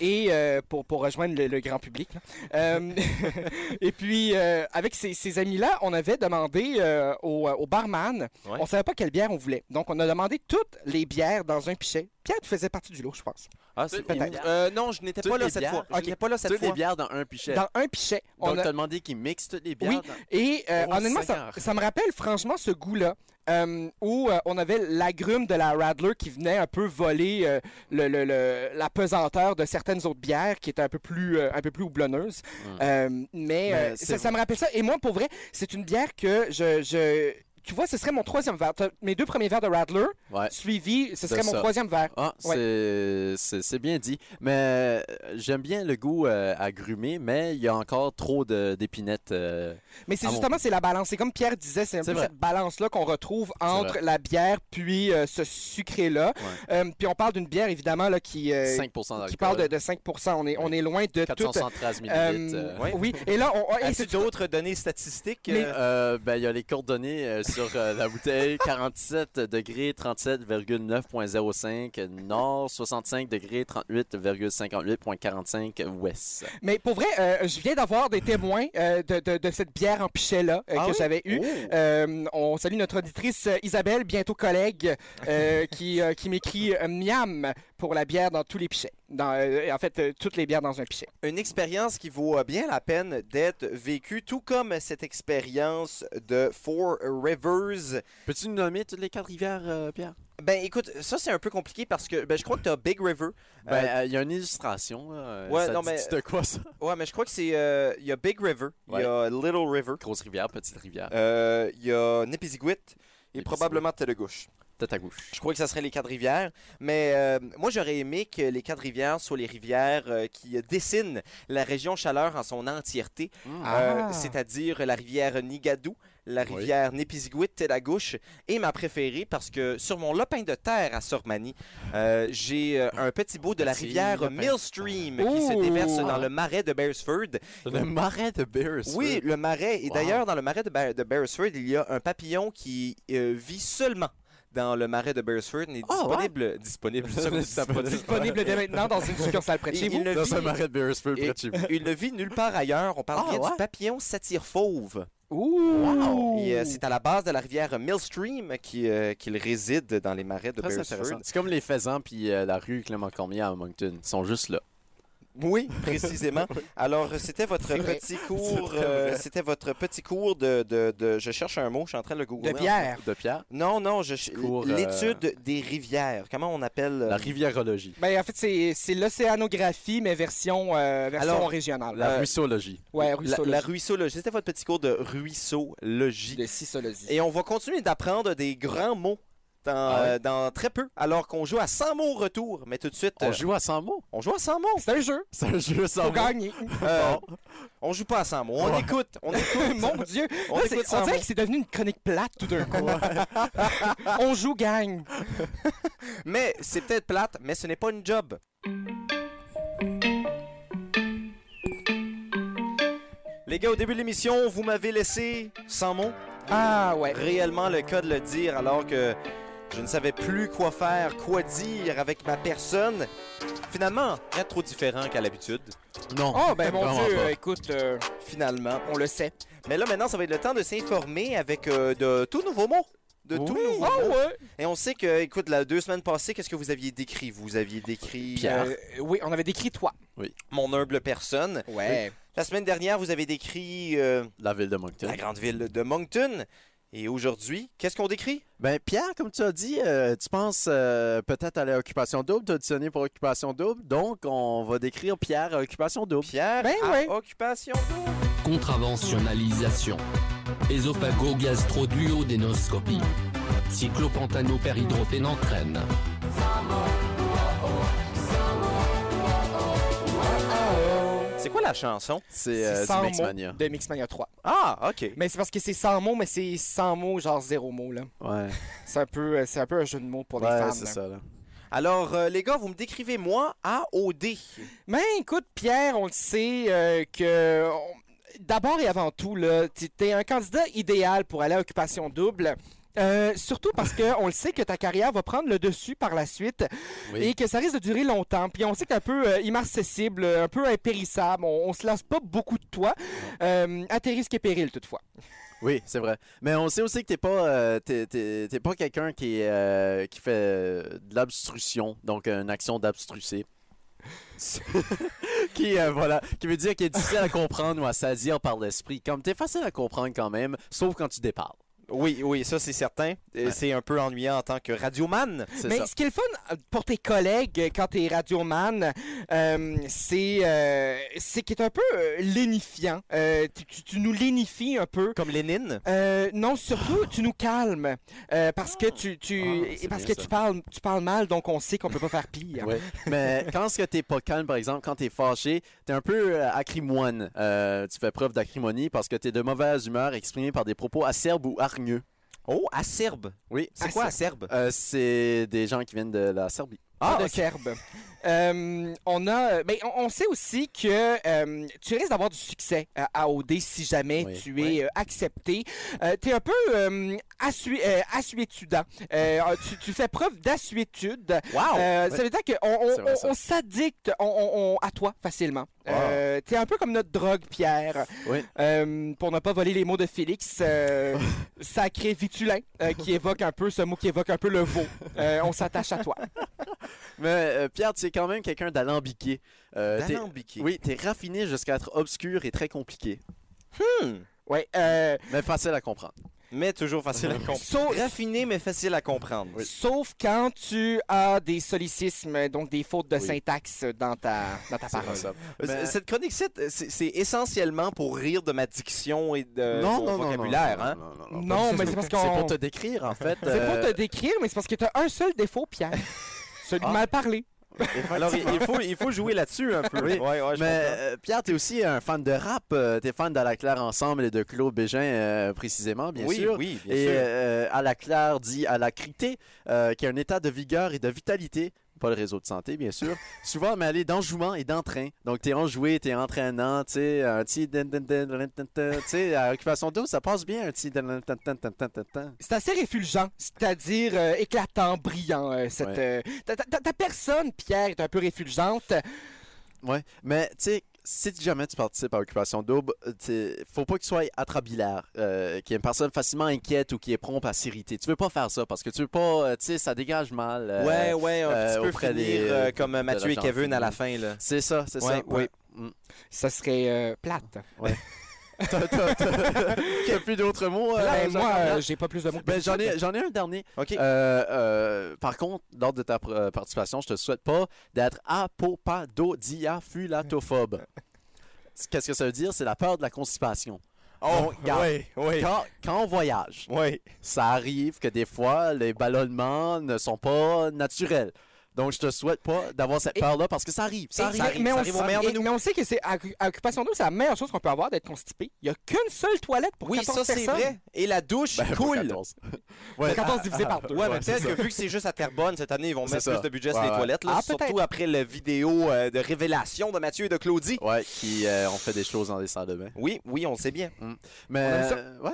H: et euh, pour, pour rejoindre le, le grand public. là. Euh, et puis, euh, avec ces, ces amis-là, on avait demandé euh, au, au barman, on savait pas quelle bière on voulait. Donc, on a demandé toutes les bières dans un pichet. Pierre, tu faisais partie du lot, je pense.
A: Ah, c'est
H: Peut-être.
A: Ouh. Euh, non, je n'étais
J: Toutes
A: pas là
J: les
A: cette
J: bières.
A: fois. Je
J: Ok.
A: n'étais pas là cette
J: Toutes
A: fois.
J: les bières dans un pichet.
H: Dans un pichet, on
J: Donc,
H: a-
J: t'as demandé qu'ils mixent toutes les bières.
H: Oui,
J: dans-
H: et euh,
J: Oh,
H: honnêtement, ça,
J: Seigneur.
H: ça me rappelle franchement ce goût-là. euh, où euh, on avait l'agrume de la Radler qui venait un peu voler euh, le- le- le- la pesanteur de certaines autres bières qui étaient un peu plus, euh, un peu plus houblonneuses. Euh, mais euh,
J: Hum. Mais c'est
H: ça, ça me rappelle ça. Et moi, pour vrai, c'est une bière que je... je- Tu vois, ce serait mon troisième verre. T'as Mes deux premiers verres de Radler,
J: Ouais.
H: suivis, ce
J: De
H: serait mon
J: ça.
H: troisième verre.
J: Ah,
H: Ouais.
J: c'est- c'est c'est bien dit. Mais euh, j'aime bien le goût euh, agrumé, mais il y a encore trop de- d'épinettes. euh,
H: Mais c'est
J: à mon
H: justement, c'est la balance. C'est comme Pierre disait, c'est un
J: C'est
H: peu
J: vrai.
H: cette balance-là qu'on retrouve
J: vrai.
H: entre la bière puis euh, ce sucré-là. Euh, puis on parle d'une bière, évidemment, là, qui,
A: Ben,
H: euh,
J: 5% d'alcool.
H: qui parle de, de 5 On est, on est loin de tout.
J: 473 millilitres, euh,
A: ouais.
H: Oui, et là, on, et
A: As-tu
H: c'est-
A: d'autres données statistiques?
H: Mais-
A: euh,
J: Euh, ben, il y a les coordonnées euh, sur euh, la bouteille 47 degrés 37,9.05 nord, 65 degrés 38,58.45 ouest.
H: mais pour vrai, euh, je viens d'avoir des témoins euh, de, de- de cette bière en pichet-là euh,
J: Ah
H: que
J: oui?
H: j'avais eue. Euh, on salue notre auditrice euh, Isabelle, bientôt collègue, euh, qui, euh, qui m'écrit euh, miam pour la bière dans tous les pichets. Dans, euh, en fait, euh, toutes les bières dans un pichet.
A: une expérience qui vaut euh, bien la peine d'être vécue, tout comme cette expérience de Four Rivers.
J: Peux-tu nous nommer toutes les quatre rivières, euh, Pierre?
A: Ben écoute, ça c'est un peu compliqué parce que ben, je crois que tu as Big River.
J: Ben, euh, il y a une illustration. là, euh,
A: Ouais,
J: ça
A: non,
J: dit
A: mais-
J: de quoi, ça?
A: Euh, ouais, mais je crois que c'est. euh, Il y a Big River, il
J: Ouais.
A: y a Little River,
J: Grosse rivière, petite rivière.
A: euh, il y a Nipisiguit et probablement Telegouche.
J: Tête à gauche.
A: Je crois que ça serait les quatre rivières, mais euh, moi j'aurais aimé que les quatre rivières soient les rivières euh, qui dessinent la région chaleur en son entièreté, Euh,
H: Ah.
A: c'est-à-dire la rivière Nigadou, la rivière Népisiguit, Tédagouche, et ma préférée parce que sur mon lopin de terre à Sormanie, euh, j'ai euh, un petit bout de la
J: Petit
A: rivière
J: lopin.
A: Millstream qui
H: Ouh.
A: se déverse dans le marais de Beresford.
J: Le marais de Bears.
A: Oui, le marais. Et
J: Wow.
A: d'ailleurs, dans le marais de, Ba- de Beresford, il y a un papillon qui euh, vit seulement dans le marais de Beresford. Il est
J: Ah, ouais?
A: disponible. Disponible. ça, comme disponible.
H: Disponible dès maintenant dans une succursale près de chez
A: Il- il
H: vous.
A: le
J: Dans un
A: vit-
J: marais de Bears, peu
A: et-
J: près de chez vous.
A: il ne vit nulle part ailleurs. On parle
J: Ah,
A: bien
J: ouais?
A: du papillon satyre fauve.
H: Ouh! Oh.
A: Et euh, c'est à la base de la rivière Millstream qu'il euh, qu'il réside dans les marais de
J: Très
A: Beresford.
J: intéressant. C'est comme les faisans puis euh, la rue Clément Cormier à Moncton. Ils sont juste là.
A: Oui, précisément. Alors, euh, c'était votre
H: C'est vrai.
A: petit cours. euh, c'était votre petit cours de, de, de- Je cherche un mot, je suis en train de le googler.
H: de bière.
J: De Pierre.
A: Non, non, je...
J: Cours, euh,
A: l'étude des rivières. Comment on appelle euh,
J: La riviérologie.
H: Ben, en fait, c'est c'est l'océanographie, mais version, euh, version
A: Alors,
H: régionale.
J: La
A: Euh,
J: ruissologie.
H: ouais,
A: la,
H: ruissologie.
A: la ruissologie? C'était votre petit cours de ruissologie.
H: de sisologie.
A: Et on va continuer d'apprendre des grands mots dans,
H: Ah
J: ouais?
A: euh, dans très peu, alors qu'on joue à 100 mots au retour. Mais tout de suite, euh,
J: On joue à 100 mots.
A: on joue à 100 mots.
H: C'est un jeu.
J: C'est un jeu
H: Faut
J: sans mots.
H: gagner.
A: Euh, On joue pas à 100 mots. On
J: Ouais.
A: écoute. On écoute.
H: Mon Dieu.
A: On
H: Là,
A: écoute
H: c'est-
A: sans
H: on dirait
A: mots.
H: que c'est devenu une chronique plate tout d'un coup. on joue, gagne.
A: Mais c'est peut-être plate, mais ce n'est pas une job. Les gars, au début de l'émission, vous m'avez laissé sans mots.
H: Ah ouais.
A: réellement le cas de le dire alors que je ne savais plus quoi faire, quoi dire avec ma personne. Finalement, rien de trop différent qu'à l'habitude.
J: Non.
H: Oh, ben mon
J: Vraiment
H: Dieu,
J: pas.
H: euh, écoute, euh,
A: Finalement.
H: on le sait.
A: Mais là, maintenant, ça va être le temps de s'informer avec euh, de tout nouveaux mots. de tout
H: Oui.
A: nouveau
H: Ah
A: mot.
H: ouais!
A: Et on sait que, écoute, la deux semaines passées, qu'est-ce que vous aviez décrit Vous aviez décrit
J: Pierre.
A: euh,
H: Euh, oui, on avait décrit toi.
A: mon humble personne.
H: Ouais.
A: La semaine dernière, vous avez décrit euh,
J: La ville de Moncton.
A: la grande ville de Moncton. Et aujourd'hui, qu'est-ce qu'on décrit
J: Ben, Pierre, comme tu as dit, euh, tu penses euh, peut-être à l'occupation double, tu as auditionné pour occupation double, donc on va décrire Pierre à occupation double.
A: Pierre
H: Ben
A: à
H: ouais.
A: occupation.
K: Contraventionnalisation. Ésophago-gastro-duodénoscopie. Cyclopantanopéridrophénanthrène.
A: C'est quoi la chanson
J: C'est euh,
H: sans
J: du
H: mots
J: Mixmania.
H: de Mixmania 3.
A: Ah, ok.
H: Mais c'est parce que c'est 100 mots, mais c'est 100 mots, genre zéro mot. là.
J: Ouais,
H: C'est un, peu, euh, c'est un peu un jeu de mots pour les
J: ouais
H: femmes.
J: c'est
H: là.
J: ça. Là.
A: Alors, euh, les gars, vous me décrivez moi AOD.
H: Mais écoute, Pierre, on le sait euh, que. on- D'abord et avant tout, là, tu es un candidat idéal pour aller à occupation double. Euh, surtout parce que on le sait que ta carrière va prendre le dessus par la suite
J: Oui.
H: et que ça risque de durer longtemps. Puis on sait que t'es un peu euh, inaccessible, un peu impérissable. On, on se lasse pas beaucoup de toi, euh, à tes risques et périls toutefois.
J: Oui, c'est vrai. Mais on sait aussi que t'es pas, euh, t'es- t'es- t'es pas quelqu'un qui, est, euh, qui fait euh, de l'obstruction, donc euh, une action d'obstrucer. qui, euh, voilà, qui veut dire qu'il est difficile à comprendre ou à saisir par l'esprit. Comme t'es facile à comprendre quand même, sauf quand tu déparles.
A: Oui, oui, ça c'est certain. Euh,
J: Ouais.
A: C'est un peu ennuyant en tant que radioman.
J: C'est
H: Mais
J: ça.
H: ce qui est le fun euh, pour tes collègues euh, quand t'es radioman, euh, c'est euh, c'est qu'il est un peu euh, lénifiant. Euh, tu, tu- tu nous lénifies un peu.
A: Comme Lénine.
H: Euh, non, surtout, tu nous calmes euh, parce que tu, tu
J: Ah, c'est
H: et parce que
J: bien ça.
H: tu parles tu parles mal, donc on sait qu'on peut pas faire pire.
J: Ouais. Mais quand ce que t'es pas calme, par exemple, quand t'es fâché, t'es un peu euh, acrimoine. Euh, tu fais preuve d'acrimonie parce que t'es de mauvaise humeur exprimée par des propos acerbes ou hargneux.
A: Oh, acerbe.
J: Oui.
A: C'est quoi acerbe
J: Euh, c'est des gens qui viennent de la Serbie.
H: Ah, de
J: ok.
H: Serbe. Euh, on a, mais on, on sait aussi que euh, tu risques d'avoir du succès euh, à OD si jamais
J: Oui,
H: tu es
J: oui.
H: euh, accepté. tu es un peu euh, assu- euh, assuétudant. Euh, tu, tu fais preuve d'assuétude.
A: Wow.
H: Euh, Ça veut dire qu'on on,
J: C'est vrai, ça.
H: on- on s'addicte on, on- on- à toi facilement.
J: Wow.
H: tu es un peu comme notre drogue, Pierre.
J: Oui.
H: Euh, pour ne pas voler les mots de Félix, euh, sacré vitulin, euh, qui évoque un peu ce mot qui évoque un peu le veau. Euh, on s'attache à toi.
J: Mais euh, Pierre, tu es quand même quelqu'un d'alambiqué. Euh, t'es-
A: D'alambiqué.
J: Oui, t'es raffiné jusqu'à être obscur et très compliqué,
A: Hmm.
H: Ouais, euh,
J: mais facile à comprendre.
A: Mais toujours facile à comprendre.
H: sauf,
A: Raffiné mais facile à comprendre.
H: sauf quand tu as des sollicismes, donc des fautes de
J: Oui.
H: syntaxe dans ta, dans ta
J: C'est
H: parole.
J: ça.
A: Euh,
J: Mais-
A: Cette chronique c'est c'est essentiellement pour rire de ma diction et de mon Euh, vocabulaire. hein.
J: non, non, non, non.
H: Non, mais c'est parce qu'on.
J: C'est pour te décrire, en fait.
H: C'est pour
J: euh,
H: te décrire, mais c'est parce que tu as un seul défaut, Pierre. Celui de
J: Ah.
H: mal parler.
A: Alors, il, il faut, il faut jouer là-dessus un peu.
J: Oui,
A: Ouais, ouais, je
J: Mais
A: comprends.
J: euh, Pierre, t'es aussi un fan de rap. euh, t'es fan d'À la Claire Ensemble et de Claude Bégin, euh, précisément, bien
A: oui,
J: sûr.
A: oui, bien
J: et
A: sûr.
J: euh, à la Claire dit à la crité, euh, qui est un état de vigueur et de vitalité. Pas le réseau de santé, bien sûr. souvent mêlé d'enjouement et d'entrain. Donc, t'es enjoué, t'es entraînant, tu sais, un petit... dun, dun, dun, dun, dun, dun,
A: Euh,
J: Tu sais, à Occupation d'eau, ça passe bien, un petit... dun, dun, dun, dun, dun, dun, dun, dun.
H: C'est assez réfulgent, c'est-à-dire euh, éclatant, brillant. euh, cette, euh, ta, ta- ta- ta personne, Pierre, est un peu réfulgente.
J: Ouais. Mais, tu sais, si jamais tu participes à Occupation Double, euh, t'sais, faut pas que tu sois atrabilaire, euh, qui est une personne facilement inquiète ou qui est prompte à s'irriter. Tu veux pas faire ça parce que tu veux pas, euh, tu sais, ça dégage mal. euh,
A: ouais, ouais, un
J: euh,
A: petit peu
J: auprès des-
A: finir euh, comme Mathieu et
J: gens
A: Kevin à la
J: finis.
A: fin. Là.
J: C'est ça, c'est
A: Ouais,
J: ça.
A: ouais.
J: Mm.
H: Ça serait euh, plate.
J: T'as- t'as- T'as t'as plus d'autres mots? euh,
H: Ben,
J: Jean-
H: moi, euh, j'ai pas plus de mots. que
J: Ben, j'en ai, j'en ai un dernier.
A: OK.
J: Euh, euh, par contre, lors de ta pr- euh, participation, je te souhaite pas d'être apopadodiaphulatophobe. Qu'est-ce que ça veut dire? C'est la peur de la constipation.
A: oh,
J: garde.
A: oui, oui.
J: Quand, quand on voyage,
A: Oui.
J: ça arrive que des fois, les ballonnements ne sont pas naturels. Donc, je te souhaite pas d'avoir cette
H: Et-
J: peur-là parce que ça arrive. Ça
H: Mais-
J: arrive.
H: mais,
J: ça
H: on
J: arrive au
H: sait-
J: meilleur de
H: et- mais on sait que c'est à, à occupation d'eau, c'est la meilleure chose qu'on peut avoir d'être constipé. Il n'y a qu'une seule toilette pour
A: Oui,
H: 14
A: ça c'est
H: personnes.
A: vrai. Et la douche
J: Ben, pas
A: cool.
J: 14.
H: Pour 14 divisé par deux.
A: Ouais, mais peut-être que vu que c'est juste à Terrebonne cette année, ils vont
J: C'est
A: mettre
J: ça.
A: plus de budget sur
J: Ouais,
A: les
J: ouais.
A: toilettes. là,
H: Ah,
A: surtout
H: peut-être.
A: après la vidéo euh, de révélation de Mathieu et de Claudie.
J: Ouais, qui euh, ont fait des choses dans les salles de bain.
A: Oui, oui, on le sait bien.
J: Mais
H: aime ça.
J: euh, ouais,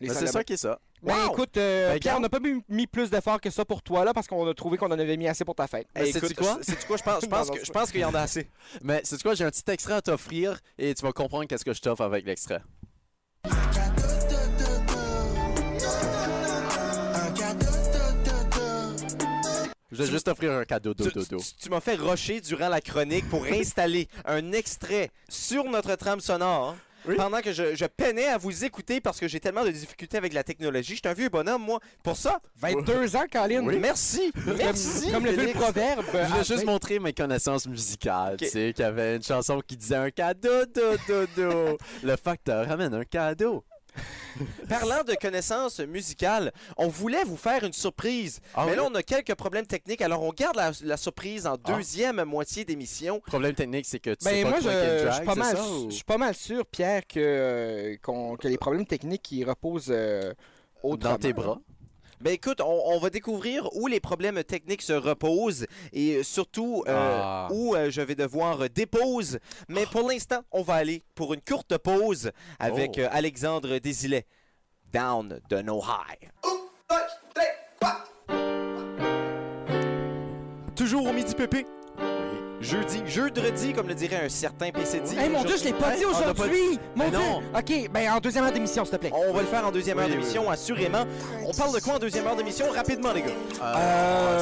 H: Les
J: mais c'est
H: salades.
J: ça qui est ça.
H: Ben
A: Wow!
H: écoute, euh,
J: Ben,
H: Pierre,
J: garde.
H: on n'a pas mis, mis plus d'efforts que ça pour toi là parce qu'on a trouvé qu'on en avait mis assez pour ta fête.
J: Mais sais-tu quoi?
A: C'est quoi? Je pense, je
H: Non,
A: pense,
H: non,
A: que-
H: c'est
A: je pense qu'il y en a assez.
J: Mais c'est quoi, j'ai un petit extrait à t'offrir et tu vas comprendre qu'est-ce que je t'offre avec l'extrait.
K: Un
J: Je vais juste t'offrir un cadeau
A: Tu,
J: dodo.
A: tu- tu m'as fait rocher durant la chronique pour installer un extrait sur notre trame sonore.
J: Oui.
A: Pendant que je, je peinais à vous écouter parce que j'ai tellement de difficultés avec la technologie, je suis un vieux bonhomme, moi. Pour ça, ben,
H: 22 ans, Colin.
J: Oui.
A: merci, merci.
H: Comme le veut le
A: Félix.
H: proverbe.
J: Je voulais
H: Ah,
J: juste
H: ben,
J: montrer mes connaissances musicales.
A: Ok.
J: Tu sais, qu'il y avait une chanson qui disait un cadeau, dodo, dodo. Le facteur ramène un cadeau.
A: Parlant de connaissances musicales, on voulait vous faire une surprise.
J: Ah
A: mais
J: oui? Ah.
A: là, on a quelques problèmes techniques, alors on garde la, la surprise en deuxième moitié d'émission.
J: Le problème technique, c'est que tu sais
H: Ben,
J: pas
H: moi,
J: que
H: je,
J: Drag and
H: je
J: Drag,
H: suis pas
J: c'est
H: mal,
J: ça,
H: su-
J: ou-
H: je suis pas mal sûr, Pierre, que, euh, qu'on- que les problèmes techniques qui reposent euh, autrement.
J: dans tes bras.
A: Ben écoute, on, on va découvrir où les problèmes techniques se reposent et surtout euh,
J: Ah.
A: où euh, je vais devoir euh, dépose. Mais pour l'instant, on va aller pour une courte pause avec
J: Oh.
A: euh, Alexandre Désilet. Down de No High. Toujours au midi pépé. Jeudi, jeudi, comme le dirait un certain PCD.
H: Hey, mon Dieu, je l'ai pas dit
A: Hein? On a pas
H: aujourd'hui! Mon
A: Mais
H: Dieu!
A: non.
H: OK, ben en deuxième heure d'émission, s'il te plaît.
A: On va le faire en deuxième heure
J: Oui, oui,
A: d'émission, assurément. On parle de quoi en deuxième heure d'émission? Rapidement, les gars.
J: Euh,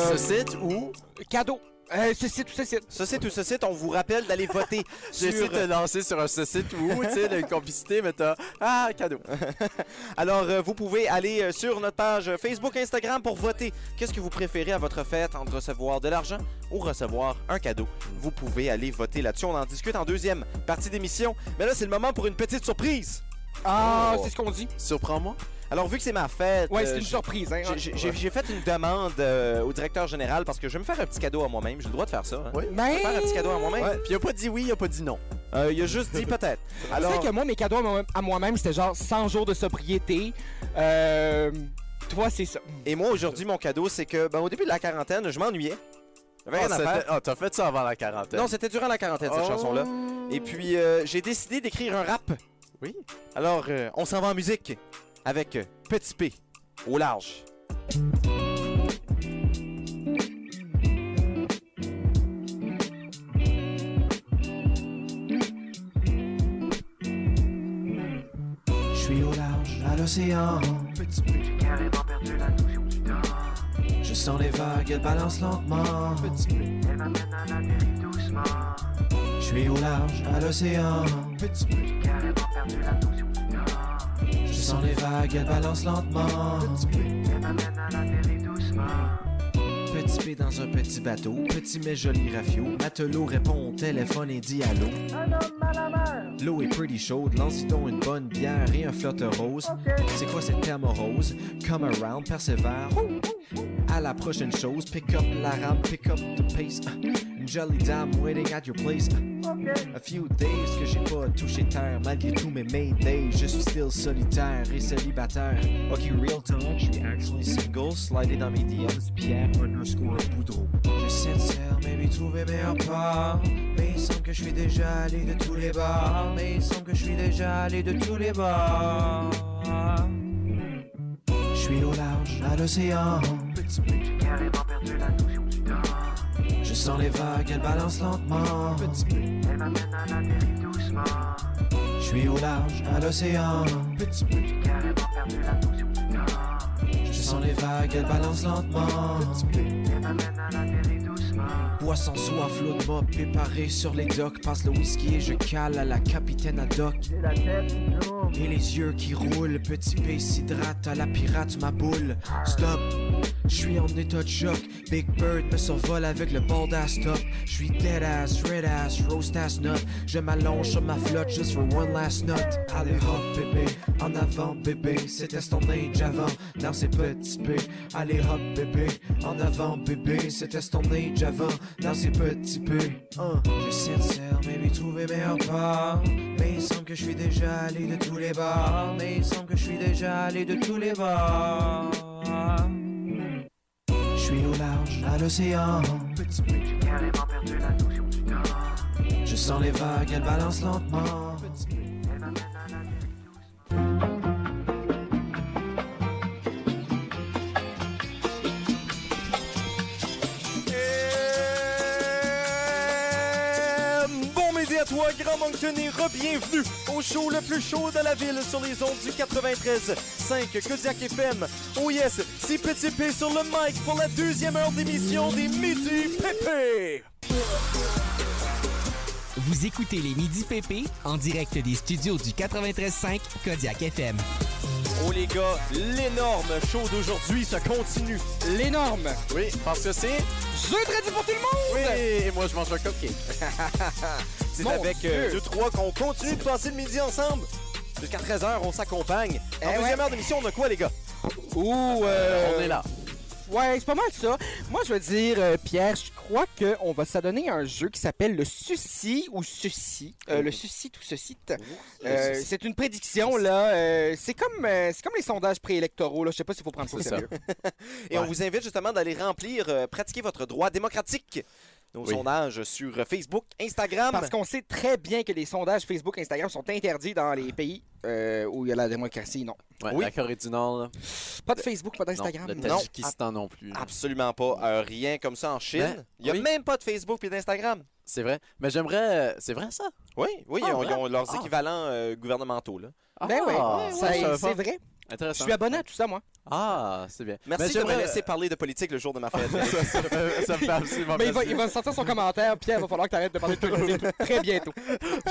H: Euh,
A: ah,
J: Ce site où
H: Cadeau. Euh, ceci, tout ceci.
A: Ce site ou ce site, on vous rappelle d'aller voter
J: j'essaie
A: sur...
J: de te lancer sur un ce site où, tu sais, la complicité, mais t'as. Ah, cadeau.
A: Alors, euh, vous pouvez aller euh, sur notre page Facebook, Instagram pour voter. Qu'est-ce que vous préférez à votre fête entre recevoir de l'argent ou recevoir un cadeau? Vous pouvez aller voter là-dessus. On en discute en deuxième partie d'émission. Mais là, c'est le moment pour une petite surprise.
H: Ah,
J: Oh.
H: c'est ce qu'on dit.
J: Surprends-moi.
A: Alors, vu que c'est ma fête...
H: Ouais,
A: euh,
H: c'est une
A: j'ai-
H: surprise, hein.
A: j'ai- j'ai- J'ai j'ai fait une demande euh, au directeur général parce que je vais me faire un petit cadeau à moi-même. J'ai le droit de faire ça. hein.
J: Oui.
A: Je vais
H: Mais...
A: faire un petit cadeau à moi-même.
J: Ouais. Puis il a pas dit oui, il a pas dit non.
A: Euh, il a juste dit peut-être.
H: Tu
A: Alors,
H: sais que moi, mes cadeaux à moi- à moi-même, c'était genre 100 jours de sobriété. Euh, toi, c'est ça.
A: et moi aujourd'hui, mon cadeau, c'est que ben, au début de la quarantaine, je m'ennuyais. J'avais rien
J: Ah,
A: à
J: c'était-
A: faire.
J: ah, t'as fait ça avant la quarantaine.
A: Non, c'était durant la quarantaine, cette
J: Oh.
A: chanson-là. Et puis, euh, j'ai décidé d'écrire un rap.
J: Oui.
A: Alors, euh, on s'en va en musique avec euh, Petit P, au large.
K: Je suis au large, à l'océan. Petit peu, j'ai carrément perdu la notion du temps. Je sens les vagues, elles balancent lentement. Petit peu, elles m'amènent à la dérive doucement. Je suis au large, à l'océan. Petit peu, j'ai carrément perdu la notion du temps. Je sens les vagues, elles balancent lentement. Petit peu, elles m'amènent à la dérive doucement. Petit P dans un petit bateau, petit mais joli rafio. Matelot répond au téléphone et dit allô. L'eau est pretty chaude, lance donc une bonne bière et un flotteur rose. C'est quoi cette terme rose? Come around, persévère. À la prochaine chose, pick up la rame, pick up the pace. Jolly dame waiting at your place. Uh, A few days que j'ai pas touché terre, malgré tous mes maydays, je suis still solitaire et célibataire. Ok, real talk, je suis actually single, slidez dans mes DMs, Pierre underscore Boudreau. J'essaie de faire, maybe trouver meilleur part, mais il semble que je suis déjà allé de tous les bars, mais il semble que je suis déjà allé de tous les bars. Je suis au large, à l'océan. Petit peu, j'ai carrément perdu la notion du temps. Je sens les vagues, elles balancent lentement. Petit peu, elles m'amènent à la dérive doucement. Je suis au large, à l'océan. Petit peu, j'ai carrément perdu la notion du temps. Je sens les vagues, elles balancent lentement. Petit peu, elles m'amènent à la dérive doucement. Poisson sous à flot de mop, préparé sur les docks. Passe le whisky et je cale à la capitaine ad hoc. Et les yeux qui roulent, petit P s'hydrate à la pirate ma boule. Stop, je suis en état de choc. Big Bird me survole avec le bord à stop. Je suis dead ass, red ass, roast ass nut. Je m'allonge sur ma flotte juste for one last note. Allez hop bébé, en avant bébé, c'était ton age avant dans ces petits p. Allez hop bébé, en avant bébé, c'était ton age avant dans ces petits p. Hein. J'essaie de faire, maybe trouver meilleur part. Mais il semble que je suis déjà allé de tous les bars. Mais il semble que je suis déjà allé de tous les bars. Je suis au large, à l'océan. Petit peu, j'ai carrément perdu la notion du temps. Je sens les vagues, elles balancent lentement. Petit peu, elles m'amènent à la dérive doucement.
A: Euh, Bon midi à toi, Grand Moncton, et re-bienvenue au show le plus chaud de la ville sur les ondes du 93 5 Kodiak FM. Oh yes, c'est Petit P sur le mic pour la deuxième heure d'émission des Midi Pépé.
L: Vous écoutez les Midi PP en direct des studios du 93.5 Kodiak FM.
A: Oh les gars, l'énorme show d'aujourd'hui se continue.
H: L'énorme.
A: Oui, parce que c'est
H: jeudi pour tout le monde.
A: Oui, et moi je mange un cupcake. c'est
H: Mon
A: avec euh,
H: Dieu.
A: deux trois qu'on continue de passer le midi ensemble. Jusqu'à 13h, on s'accompagne. En deuxième heure d'émission, on a quoi les gars
H: Ouh, euh,
A: Eh On est là.
H: Ouais, c'est pas mal ça. Moi, je veux dire, euh, Pierre, je crois qu'on va s'adonner à un jeu qui s'appelle le Suci ou Ceci. Euh,
A: Oh.
H: le Suci ou Ceci. Euh,
A: Suci.
H: c'est une prédiction, là. Euh, c'est comme, euh, c'est comme les sondages préélectoraux, là. Je sais pas s'il faut prendre ça au
A: C'est ça.
H: sérieux.
A: Et on vous invite justement d'aller remplir, euh, pratiquer votre droit démocratique. Nos
H: Oui.
A: sondages sur euh, Facebook, Instagram.
H: Parce qu'on sait très bien que les sondages Facebook et Instagram sont interdits dans les pays euh, où il y a la démocratie, non.
J: Ouais,
H: Oui.
J: La Corée du Nord, là.
H: Pas de Facebook, pas d'Instagram.
J: Non, le Tadjikistan non, plus.
A: Absolument pas. Euh, rien comme ça en Chine.
J: Ben,
A: il n'y a
J: oui.
A: même pas de Facebook et d'Instagram.
J: C'est vrai. Mais j'aimerais. euh, C'est vrai, ça?
A: Oui, oui,
J: Ah,
A: ils, ont,
J: ouais?
A: ils ont leurs
J: Ah.
A: équivalents euh, gouvernementaux. Là.
H: Ben oui,
J: Ah,
H: oui,
J: ça,
H: oui,
J: je savais
H: c'est
J: pas.
H: vrai. Je
J: Intéressant.
H: suis abonné à tout ça, moi.
J: Ah, c'est bien.
A: Merci
J: Mais
A: de me
J: j'aimerais-
A: laisser parler de politique le jour de ma fête.
J: ça, ça me fait- ça me fait absolument
H: Mais il va, il
J: plaisir.
H: va sortir son commentaire, Pierre, il va falloir que t'arrêtes de parler de politique très bientôt.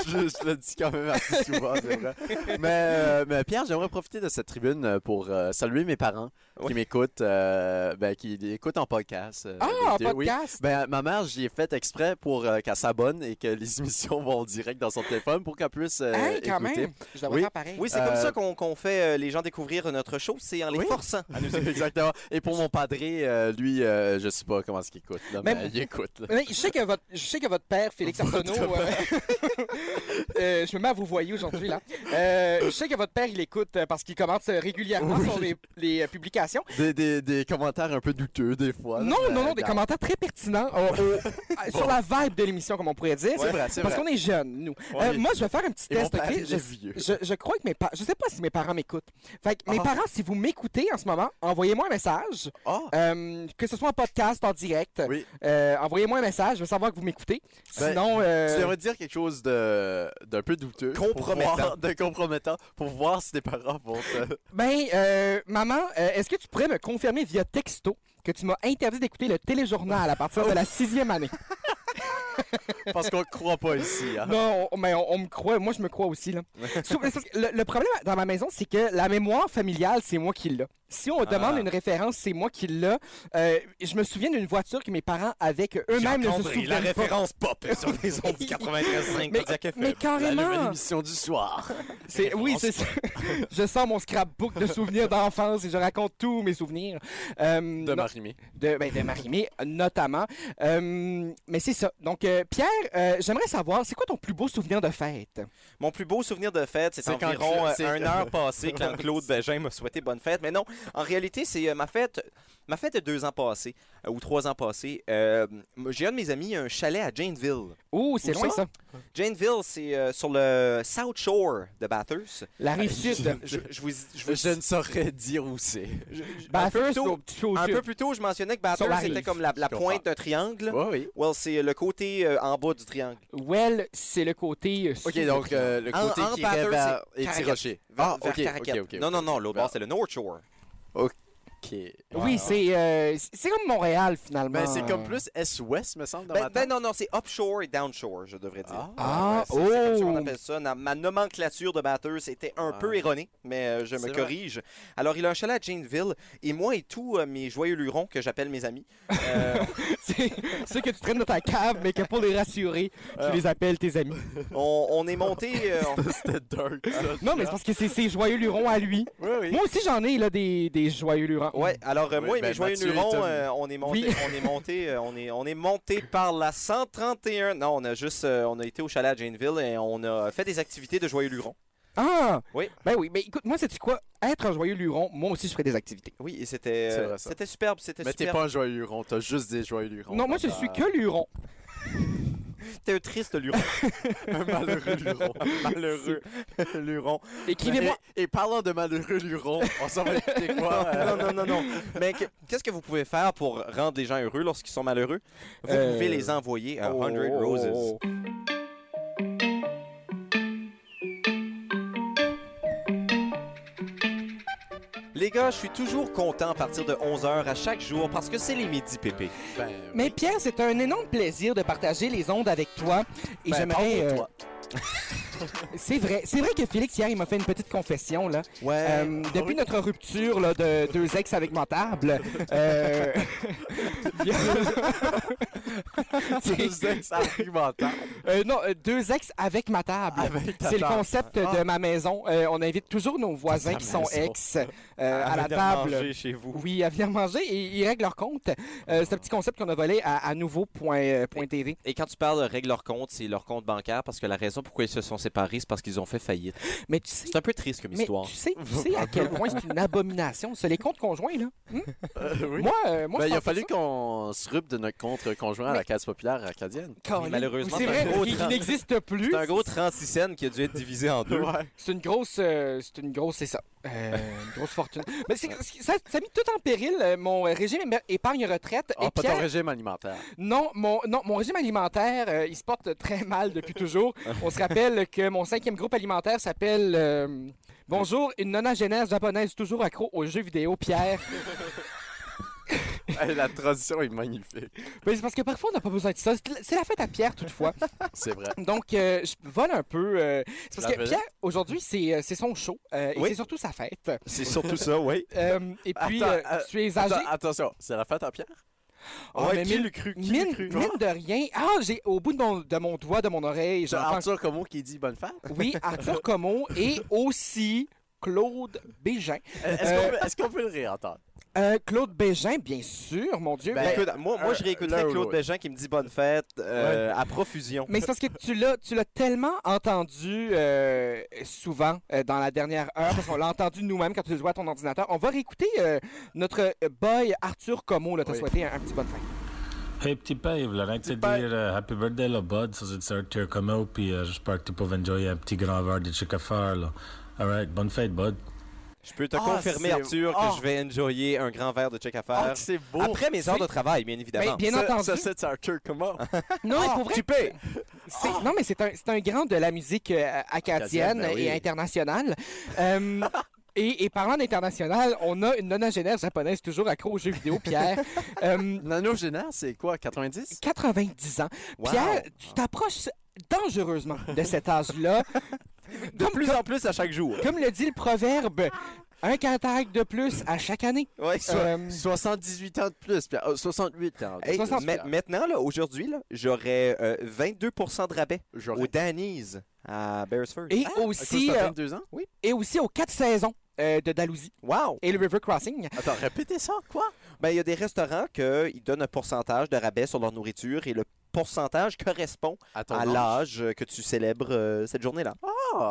J: je, je le dis quand même assez souvent, c'est vrai. Mais, euh, mais Pierre, j'aimerais profiter de cette tribune euh, pour euh, saluer mes parents qui m'écoutent, euh, ben, qui écoutent en podcast. euh,
H: Ah,
J: les
H: en
J: deux, oui.
H: podcast?
J: Ben, ma mère, j'y ai fait exprès pour euh, qu'elle s'abonne et que les émissions vont en direct dans son téléphone pour qu'elle puisse euh,
A: Hey, quand
J: écouter.
A: même!
H: Je
A: oui, Oui, c'est comme
J: Euh,
A: ça qu'on qu'on fait euh, les gens découvrir notre show, c'est en les forçant à nous écouter.
J: Exactement. Et pour mon padré, euh, lui, euh, je sais pas comment est-ce qu'il écoute, là, mais,
H: Mais-
J: il écoute. là.
H: Mais je, sais que votre, je sais que votre père, Félix Arsenault, euh, euh, je me mets à vous voyer aujourd'hui, là. Euh, je sais que votre père, il écoute euh, parce qu'il commente euh, régulièrement
J: Oui.
H: sur les, les, euh, publications.
J: Des, des- des commentaires un peu douteux, des fois. Ah, là,
H: Non,
J: mais
H: non, non, des
J: dans-
H: commentaires très pertinents euh, euh, euh, sur la vibe de l'émission, comme on pourrait dire.
J: C'est vrai, c'est
H: Parce
J: vrai.
H: qu'on est jeunes, nous.
J: Ouais.
H: Euh, moi, je vais faire un petit
J: Et
H: test,
J: mon père,
H: OK?
J: il est
H: Je,
J: vieux.
H: je, je crois que mes parents... Je sais pas si mes parents m'écoutent. Fait que mes
J: Ah.
H: parents, si vous m'écoutez en ce moment, envoyez-moi un message. Euh, que ce soit en podcast, en direct. Euh, envoyez-moi un message, je veux savoir que vous m'écoutez.
J: Ben,
H: Sinon... euh,
J: Tu devrais dire quelque chose de, d'un peu douteux. pour
A: Compromettant.
J: voir- de compromettant pour voir si tes parents vont te...
H: Ben, euh, maman, euh, est-ce que tu pourrais me confirmer via texto que tu m'as interdit d'écouter le téléjournal à partir
J: Oh.
H: de la sixième année?
J: Parce qu'on ne croit pas ici. hein.
H: Non, on- mais on, on me croit, moi je me crois aussi. Là. Sou- parce que le, le problème dans ma maison, c'est que la mémoire familiale, c'est moi qui l'ai. Si on demande
J: Ah.
H: une référence, c'est moi qui l'ai. Euh, je me souviens d'une voiture que mes parents avaient, que eux-mêmes ne se
A: Jacques André,
H: souviennent
A: la
H: pas.
A: référence pop sur les ondes du 93.5
H: Mais-
A: Kodiak FM.
H: mais carrément.
J: La nouvelle émission du soir.
H: C'est- oui, c'est ça. je sors mon scrapbook de souvenirs d'enfance et je raconte tous mes souvenirs. de
J: Marimé.
H: De, ben, de Marimé, notamment. Euh, mais c'est ça. Donc, euh, Pierre, euh, j'aimerais savoir, c'est quoi ton plus beau souvenir de fête?
A: Mon plus beau souvenir de fête, c'est
J: C'est quand
A: environ
J: Cla-
A: euh,
J: c'est-
A: un heure passée quand Claude Bégin m'a souhaité bonne fête. Mais non, en réalité, c'est euh, ma fête ma fête de deux ans passés, euh, ou trois ans passés. Euh, J'ai un de mes amis un chalet à Janeville.
H: Oh, c'est
A: Où
H: loin, ça?
A: Janeville, c'est euh, sur le South Shore de Bathurst.
H: La rive sud.
A: Je, je vous, je vous-
J: Je ne saurais dire où c'est.
A: un peu
H: Bathurst,
A: plus tôt-
H: au petit peu au
A: un
H: sud.
A: peu plus tôt, je mentionnais que Bathurst,
H: Sur la
A: c'était
H: rive.
A: comme la, la
J: Je
A: pointe
J: comprends.
A: d'un triangle.
J: Oui, oui.
A: Well, c'est le côté euh, en bas du triangle.
H: Well, c'est le côté. euh,
J: OK,
H: sud.
J: donc euh, le
A: En-
J: côté
A: en
J: qui
A: Bathurst,
J: rêve à...
A: c'est
J: et
A: Caracat.
J: Tirocher.
A: Vers-
J: Ah,
A: vers
J: OK, OK,
A: Caracat.
J: OK.
A: Non, non, non, l'autre bord, c'est le North Shore.
J: OK.
H: Oui, c'est euh, c'est- c'est comme Montréal, finalement.
J: Ben, c'est comme plus est-ouest, me semble, dans
A: Ben,
J: ma
A: ben
J: tête.
A: non, non, c'est upshore et downshore, je devrais dire.
H: Ah,
A: Ouais, c'est- c'est comme ça qu'on
H: oh.
A: appelle ça. Na- ma nomenclature de batteur, c'était un peu erroné, mais euh, je
J: C'est
A: me
J: vrai.
A: corrige. Alors, il a un chalet à Janeville, et moi et tous euh, mes joyeux lurons que j'appelle mes amis. euh,
H: oh! C'est ceux que tu traînes dans ta cave, mais que pour les rassurer,
A: Ah.
H: tu les appelles tes amis.
A: on, on est monté. euh, on-
J: C'était dark, ça.
H: Non, mais c'est parce que c'est ses joyeux lurons à lui.
J: Oui, oui.
H: Moi aussi, j'en ai là, des, des joyeux lurons.
A: Ouais, alors euh,
J: Oui,
A: moi et
J: ben,
A: mes joyeux
J: Mathieu et
A: lurons,
J: Tom.
A: euh, on est monté,
H: Oui.
A: on est monté, euh, on est, on est monté par la 131. Non, on a juste, euh, on a été au chalet à Janeville et on a fait des activités de joyeux lurons.
H: Ah!
A: Oui.
H: Ben oui, mais écoute, moi, c'est quoi? Être un joyeux luron, moi aussi, je ferais des activités.
A: Oui, et c'était,
J: C'est
A: euh,
J: vrai, ça.
A: c'était superbe, c'était
J: Mais t'es
A: superbe.
J: pas un joyeux luron, t'as juste des joyeux
A: Oh
J: lurons.
H: non, moi,
J: dans
H: je
J: ta-
H: suis que luron.
A: T'es un triste luron.
J: Un malheureux luron.
A: malheureux luron.
H: Écrivez-moi.
J: Et, et parlant de malheureux luron, on s'en va écouter quoi? euh,
A: Non, non, non, non. Mais que- qu'est-ce que vous pouvez faire pour rendre les gens
J: Euh.
A: heureux lorsqu'ils sont malheureux? Vous
J: Oh,
H: Euh,
A: pouvez les envoyer à 100
H: Oh.
A: Roses.
J: oh.
A: Les gars, je suis toujours content à partir de 11h à chaque jour parce que c'est les midi pépé.
H: Mais Pierre, c'est un énorme plaisir de partager les ondes avec toi. Et
A: Ben,
H: j'aimerais.
J: euh,
H: euh,
A: parle pour toi.
H: c'est vrai. C'est vrai que Félix, hier, il m'a fait une petite confession. Là.
A: Ouais.
H: Euh, depuis notre rupture là, de deux ex avec ma table. euh,
J: Deux ex avec ma table.
H: Euh, non, euh, deux ex avec ma table.
J: ta
H: C'est le
J: table.
H: concept
J: Ah.
H: de ma maison. Euh, on invite toujours nos voisins
J: Ta
H: qui sont
J: maison.
H: ex euh,
A: À
H: à, la
A: venir
H: table.
A: manger chez vous.
H: Oui, à venir manger et ils règlent leur compte. Euh, c'est un petit concept qu'on a volé à, euh, à nouveau.tv.
A: Et quand tu parles de règle leur compte, c'est leur compte bancaire parce que la raison pourquoi ils se sont séparés, c'est parce qu'ils ont fait faillite.
H: Mais tu sais,
A: c'est un peu triste comme
H: Mais
A: histoire.
H: tu sais, tu sais à quel point c'est une abomination, ça, les comptes conjoints, là. Hum?
J: oui.
H: Moi, euh, moi
J: Ben,
H: je
J: il a
H: pense
J: fallu
H: que
J: qu'on se rupe de notre contre-conjoint à la case populaire acadienne.
H: Caroline,
A: malheureusement,
H: c'est
A: c'est
H: vrai,
A: un gros
H: il- il
A: trente-
H: n'existe plus.
A: C'est un gros 36 cents qui a dû être divisé en deux.
J: Ouais.
H: C'est une grosse. euh, c'est une grosse, c'est ça. Euh, une grosse fortune. Mais c'est- c'est- ça, ça a mis tout en péril euh, mon euh, régime émer- épargne-retraite.
J: Ah,
H: et
J: pas
H: Pierre-
J: ton régime alimentaire.
H: Non, mon, non, mon régime alimentaire, euh, il se porte très mal depuis toujours. On se rappelle que mon cinquième groupe alimentaire s'appelle euh, Bonjour, une nonagénaire japonaise toujours accro aux jeux vidéo, Pierre.
J: Hey, la transition est magnifique.
H: Mais c'est parce que parfois, on n'a pas besoin de ça. C'est la- C'est la fête à Pierre, toutefois.
J: C'est vrai.
H: Donc, euh, je vole un peu. euh, c'est parce
J: La
H: que
J: vedette.
H: Pierre, aujourd'hui, c'est euh, c'est son show. euh,
J: Oui.
H: Et c'est surtout sa fête.
A: C'est surtout ça, oui.
H: Euh, et puis,
J: Attends,
H: euh,
J: euh,
H: tu es âgé.
J: attends, attention, c'est la fête à Pierre?
H: Oh, mais mine- mine, mine de rien. Ah, j'ai au bout de mon, de mon doigt, de mon oreille,
J: C'est
H: j'entends
J: Arthur Como qui dit bonne fête?
H: Oui, Arthur Comeau et aussi Claude Bégin.
J: Est-ce qu'on
H: Euh,
J: peut- est-ce qu'on peut le réentendre?
H: euh, Claude Bégin, bien sûr, mon Dieu.
A: Ben,
H: mais-
A: écoute, moi, moi, je réécouterais
J: l'un ou
A: Claude
J: l'autre.
A: Bégin qui me dit bonne fête euh, à profusion.
H: Mais c'est parce que tu l'as, tu l'as tellement entendu euh, souvent euh, dans la dernière heure, parce qu'on l'a entendu nous-mêmes quand tu le jouais à ton ordinateur. On va réécouter euh, notre boy Arthur Comeau, là, t'as souhaité un, un petit bonne fin.
I: Hey, petit Pave, là, rien que te dire euh, happy birthday, là, bud. Ça, c'est Arthur Como, puis euh, j'espère que tu peux enjoyer un petit grand verre de chic à faire, là. All right, bonne fête, bud.
A: Je peux te
J: Ah,
A: confirmer,
J: c'est-
A: Arthur,
J: ah.
A: que je vais enjoyer un grand verre de check à faire.
J: Ah, c'est beau.
A: Après mes heures de travail, bien évidemment.
H: Ben, bien
J: Ça-
H: entendu.
J: Ça, c'est Arthur Como.
H: Non, mais pour vrai,
J: Tu payes.
H: Ah, c'est- non, mais c'est un, c'est un grand de la musique euh,
J: Acadienne,
H: acadienne
J: ben oui.
H: et internationale. Euh, et, et parlant d'international, on a une nonagénaire japonaise toujours accro aux jeux vidéo, Pierre. Euh,
J: Nano Génère, c'est quoi, 90?
H: 90 ans.
A: Wow.
H: Pierre, tu t'approches dangereusement de cet âge-là.
A: De plus en plus à chaque jour.
H: Comme le dit le proverbe, un cantac de plus à chaque année.
A: Ouais,
J: So-
H: Euh,
J: 78 ans de plus, Pierre. Oh, 68 ans. de
A: Hey,
J: plus,
A: ma-
J: Pierre.
A: maintenant, là, aujourd'hui, là, j'aurais euh, 22 de rabais
J: J'aurais-
A: au Danny's à Beresford.
H: Et
J: À cause
H: aussi,
J: de
H: euh,
J: 22 ans?
H: et aussi aux quatre saisons euh, de Dalhousie
A: Wow!
H: et le River Crossing.
J: Attends, Ah, répétez ça, quoi?
A: Ben, il y a des restaurants qui donnent un pourcentage de rabais sur leur nourriture et le pourcentage correspond
J: Attends,
A: à l'âge que tu célèbres euh, cette journée-là.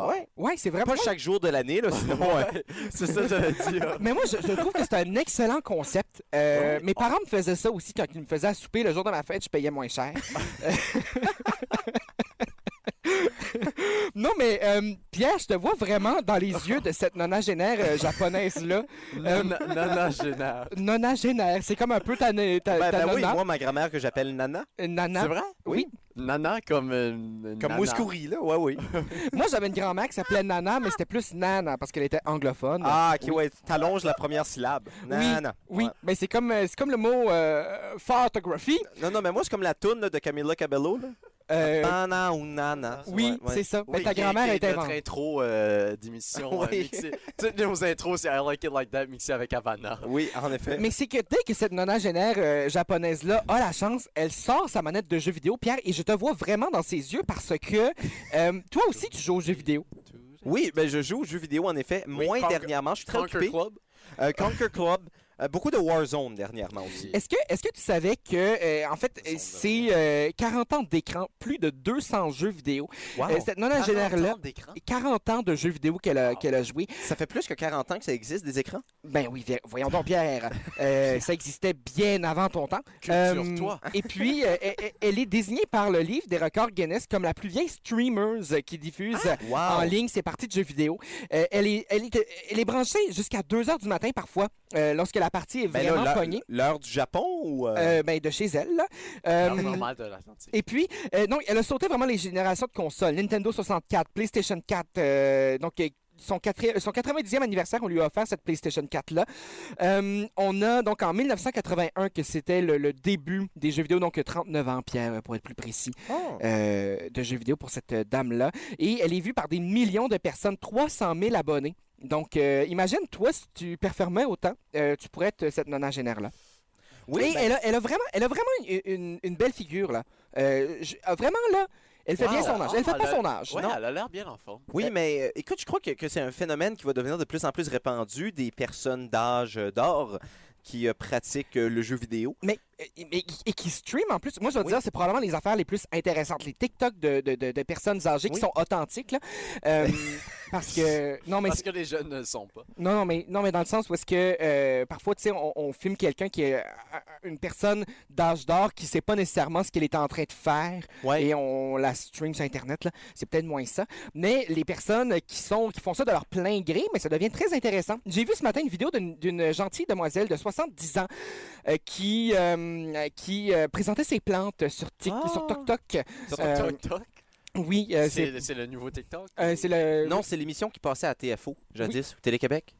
H: Ouais, ouais, c'est vraiment.
A: Pas chaque jour de l'année, là, sinon.
J: C'est ça que j'allais
A: Euh,
J: dire.
H: Mais moi, je, je trouve que c'est un excellent concept. Euh, Mes parents me faisaient ça aussi quand ils me faisaient à souper le jour de ma fête, je payais moins cher. Euh, non, mais euh, Pierre, je te vois vraiment dans les yeux de cette nonagénaire euh, japonaise-là. Euh,
J: Nana- Nana Génère.
H: nonagénaire, c'est comme un peu ta, ta, ta
A: Ben, ben oui,
H: nana.
A: moi, ma grand-mère que j'appelle Nana,
H: Euh, nana.
J: C'est vrai?
H: Oui.
J: Nana comme euh, une- une
A: comme
J: nana.
A: Mouskouri, là, ouais, oui.
H: Moi, j'avais une grand-mère qui s'appelait Nana, mais c'était plus Nana parce qu'elle était anglophone.
A: Ah, ok, ouais, t'allonges la première syllabe. Nana.
H: Oui,
A: Ouais.
H: mais c'est comme, euh, c'est comme le mot euh, photographie.
A: Non, non, mais moi, c'est comme la toune là, de Camila Cabello, là.
H: Euh,
A: Nana ou Nana.
H: oui,
A: Ah, Ouais, ouais.
H: c'est ça.
J: Oui,
H: mais ta
J: qui-
H: grand-mère
J: qui
H: était
J: Notre
H: vente.
J: intro euh, d'émission. euh,
A: Oui.
J: mixée. Toutes nos intros, c'est I Like It Like That mixé avec Havana.
A: Oui, en effet.
H: Mais c'est que dès que cette nonagénaire euh, japonaise-là a la chance, elle sort sa manette de jeu vidéo, Pierre, et je te vois vraiment dans ses yeux parce que euh, toi aussi, tu joues aux jeux vidéo.
A: Oui, ben je joue aux jeux vidéo en effet. Moins
J: Conquer-
A: dernièrement, je suis très
J: Conquer
A: occupé.
J: Club.
A: Euh, Conquer Club. Euh, beaucoup de Warzone dernièrement aussi.
H: Est-ce que, est-ce que tu savais que, euh, en fait, euh, c'est euh, 40 ans d'écran, plus de 200 jeux vidéo.
A: Wow.
H: Euh, cette nonagénaire-là,
J: 40 d'écran.
H: 40 ans de jeux vidéo qu'elle a, qu'elle a joué.
A: Ça fait plus que 40 ans que ça existe des écrans.
H: Ben oui, vi- voyons donc, Pierre. Euh, ça existait bien avant ton temps.
J: Culture-toi.
H: Euh, et puis, euh, elle- elle- elle est désignée par le livre des records Guinness comme la plus vieille streamer qui diffuse
A: Ah, Wow.
H: en ligne ses parties de jeux vidéo. Euh, elle, est, elle, est, elle est branchée jusqu'à 2 heures du matin parfois, euh, lorsque la partie est
A: Ben
H: vraiment
A: là, l'heure-
H: pognée.
A: l'heure du Japon ou euh,
H: Euh, ben, de chez elle. là.
J: Heure
H: Euh,
J: normale Ah, de l'Atlantique.
H: et puis, euh, donc, elle a sauté vraiment les générations de consoles. Nintendo 64, PlayStation 4, euh, donc euh, son, quatri- son 90e anniversaire, on lui a offert cette PlayStation 4-là. Euh, on a donc en 1981 que c'était le, le début des jeux vidéo, donc 39 ans, Pierre, pour être plus précis,
A: Ah.
H: euh, de jeux vidéo pour cette euh, dame-là. Et elle est vue par des millions de personnes, 300 000 abonnés. Donc, euh, imagine, toi, si tu performais autant, euh, tu pourrais être cette nonagénaire-là.
A: Oui,
H: Et
A: ben-
H: elle, a, elle a vraiment, elle a vraiment une, une- une belle figure, là. Euh, je- ah, vraiment, là, elle fait bien son âge. Elle fait pas son âge.
J: Oui,
H: non?
J: elle Ah, a l'air bien en forme.
A: Oui, mais euh, écoute, je crois que, que c'est un phénomène qui va devenir de plus en plus répandu des personnes d'âge euh, d'or qui euh, pratiquent euh, le jeu vidéo.
H: Mais, et, et- et qui stream en plus. Moi, je vais te dire, c'est probablement les affaires les plus intéressantes. Les TikTok de, de- de- de personnes âgées qui
J: Oui.
H: sont authentiques. là. Euh, parce que. Non, mais
J: Parce que les jeunes ne le sont pas.
H: Non, non, mais, non, mais dans le sens où est-ce que euh, parfois, tu sais, on, on filme quelqu'un qui est euh, une personne d'âge d'or qui sait pas nécessairement ce qu'elle est en train de faire et on la stream sur Internet, là. C'est peut-être moins ça. Mais les personnes qui sont qui font ça de leur plein gré, mais ça devient très intéressant. J'ai vu ce matin une vidéo d'une- d'une gentille demoiselle de 70 ans euh, qui, euh, qui euh, présentait ses plantes sur, Tik- sur TokTok.
J: Sur
H: Euh,
J: TikTok.
H: Oui, euh, c'est...
J: c'est le nouveau TikTok.
H: euh, c'est le...
A: Non, c'est l'émission qui passait à TFO, jadis, ou Télé-Québec.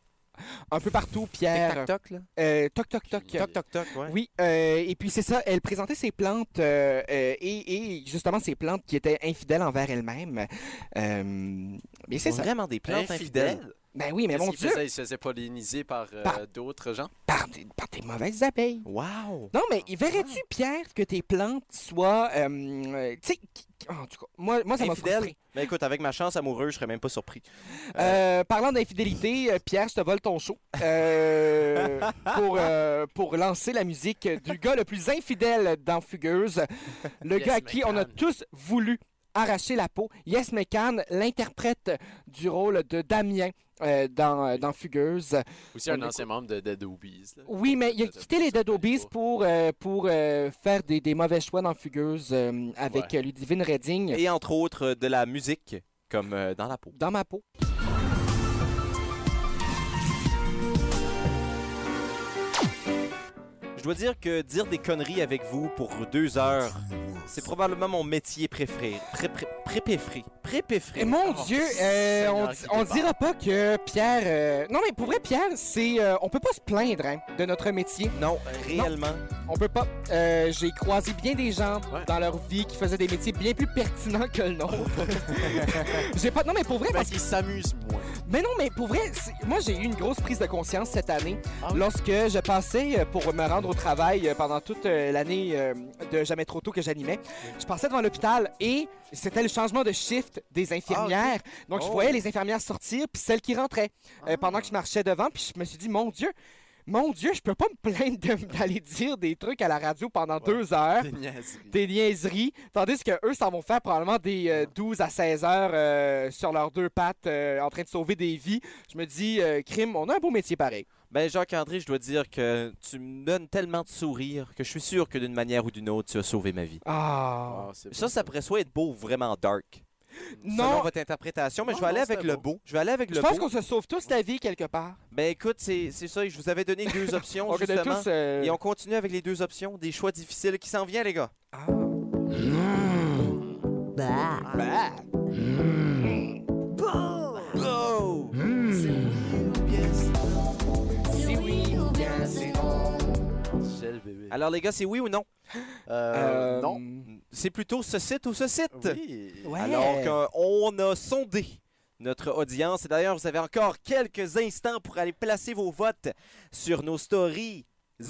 H: un peu partout, Pierre.
A: Tic, tac, toc, là.
H: Euh, toc, toc, toc.
A: Toc, toc, toc, ouais.
H: Oui, euh, et puis c'est ça, elle présentait ses plantes euh, euh, et, et justement ses plantes qui étaient infidèles envers elles-mêmes. Euh, mais c'est ça.
A: Vraiment des plantes infidèles.
H: Ben oui, mais mon Dieu,
J: Ils se faisaient polliniser par euh,
H: Par-
J: d'autres gens.
H: par des, par des mauvaises abeilles.
A: Wow!
H: Non, mais verrais-tu, Pierre, que tes plantes soient. euh, euh, tu sais, qui- en tout cas, moi, moi ça m'a
A: infidèles.
H: frustré.
A: Mais écoute, avec ma chance amoureuse, je serais même pas surpris.
H: Euh, parlant d'infidélité, euh, Pierre, je te vole ton show euh, pour, euh, pour lancer la musique du gars le plus infidèle dans Fugueuse, le
J: Yes,
H: gars à qui on a tous voulu arracher la peau. Yes McCann, l'interprète du rôle de Damien euh, dans, dans Fugueuse.
J: Aussi
H: On
J: un
H: écoute-
J: ancien membre de Dead Obies. là.
H: Oui, mais il a quitté les Dead Obies pour, euh, pour euh, faire des, des mauvais choix dans Fugueuse euh, avec
A: Ouais.
H: euh, Ludivine Redding.
A: Et entre autres, euh, de la musique, comme euh, dans la peau.
H: Dans ma peau.
A: Je dois dire que dire des conneries avec vous pour deux heures, c'est probablement mon métier préféré. Pré- pré- Prépéfré. Prépéfré.
H: Et mon Dieu, euh, on, di- on dira pas que Pierre. euh, Non, mais pour vrai, Pierre, c'est. euh, on peut pas se plaindre hein, de notre métier.
A: Non, réellement.
H: on peut pas. Euh, J'ai croisé bien des gens dans leur vie qui faisaient des métiers bien plus pertinents que le nôtre. J'ai pas. Non, mais pour vrai, parce
J: qu'ils s'amusent moins.
H: Mais non, mais pour vrai, c'est- moi j'ai eu une grosse prise de conscience cette année lorsque je passais euh, pour me rendre au travail euh, pendant toute euh, l'année euh, de Jamais trop tôt que j'animais. Je passais devant l'hôpital et c'était le changement de shift des infirmières. Donc je
A: Oh.
H: voyais les infirmières sortir puis celles qui rentraient euh, pendant que je marchais devant puis je me suis dit mon Dieu. Mon Dieu, je peux pas me plaindre de- d'aller dire des trucs à la radio pendant deux heures des niaiseries, tandis que eux s'en vont faire probablement des euh, 12 à 16 heures euh, sur leurs deux pattes euh, en train de sauver des vies. Je me dis, euh, crime, on a un beau métier pareil.
A: Ben, Jacques-André, je dois dire que tu me donnes tellement de sourires que je suis sûr que d'une manière ou d'une autre, tu as sauvé ma vie.
H: Ah.
A: ça, ça pourrait soit être beau ou vraiment dark.
H: Non.
A: Selon votre interprétation, mais
H: Non,
A: je vais aller
H: non,
A: avec
H: c'était
A: le
H: beau.
A: beau. Je vais aller avec
H: Je
A: le
H: pense
A: beau.
H: qu'on se sauve tous la vie quelque part.
A: Ben écoute, c'est c'est ça, je vous avais donné deux options
H: On connaît
A: justement.
H: tous, euh,
A: Et on continue avec les deux options, des choix difficiles qui s'en viennent les gars. Bah. Beau.
D: C'est oui ou bien c'est non.
A: Alors les gars, c'est oui ou non
H: Ah,
J: Euh, non.
A: C'est plutôt ce site ou ce site.
J: Ouais.
A: Alors qu'on a sondé notre audience. Et d'ailleurs, vous avez encore quelques instants pour aller placer vos votes sur nos stories.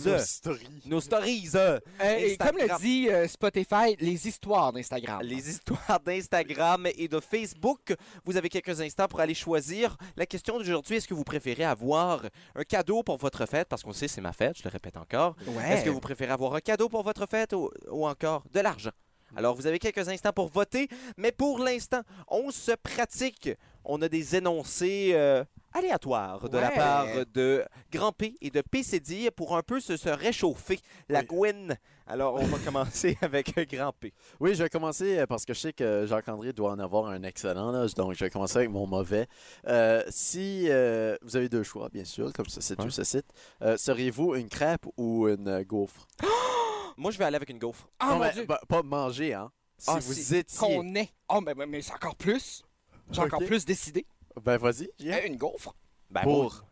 J: Nos stories.
A: Nos stories.
H: Euh, et comme
A: Instagram.
H: le dit euh, Spotify, les histoires d'Instagram.
A: Les histoires d'Instagram et de Facebook. Vous avez quelques instants pour aller choisir. La question d'aujourd'hui, est-ce que vous préférez avoir un cadeau pour votre fête? Parce qu'on sait, c'est ma fête, je le répète encore.
H: Ouais.
A: Est-ce que vous préférez avoir un cadeau pour votre fête ou, ou encore de l'argent? Alors, vous avez quelques instants pour voter, mais pour l'instant, on se pratique. On a des énoncés euh, aléatoires de la
J: Ouais.
A: part de Grand P et de PCD pour un peu se, se réchauffer la Gwen. Alors, on va commencer avec Grand P.
J: Oui, je vais commencer euh, parce que je sais que Jacques-André doit en avoir un excellent, là, donc je vais commencer avec mon mauvais. Euh, si euh, vous avez deux choix, bien sûr, comme ce site ou ce site, euh, seriez-vous une crêpe ou une euh, gaufre?
A: Moi, je vais aller avec une gaufre.
H: Ah, Oh mon
J: mais,
H: Dieu.
J: bah, pas manger, hein? Si
H: Ah,
J: vous
H: si-
J: étiez...
H: Qu'on est. Oh, mais, mais- mais c'est encore plus. J'ai encore
J: Ok.
H: plus décidé.
J: Ben, vas-y.
H: Euh, Une gaufre.
J: Ben, Pour.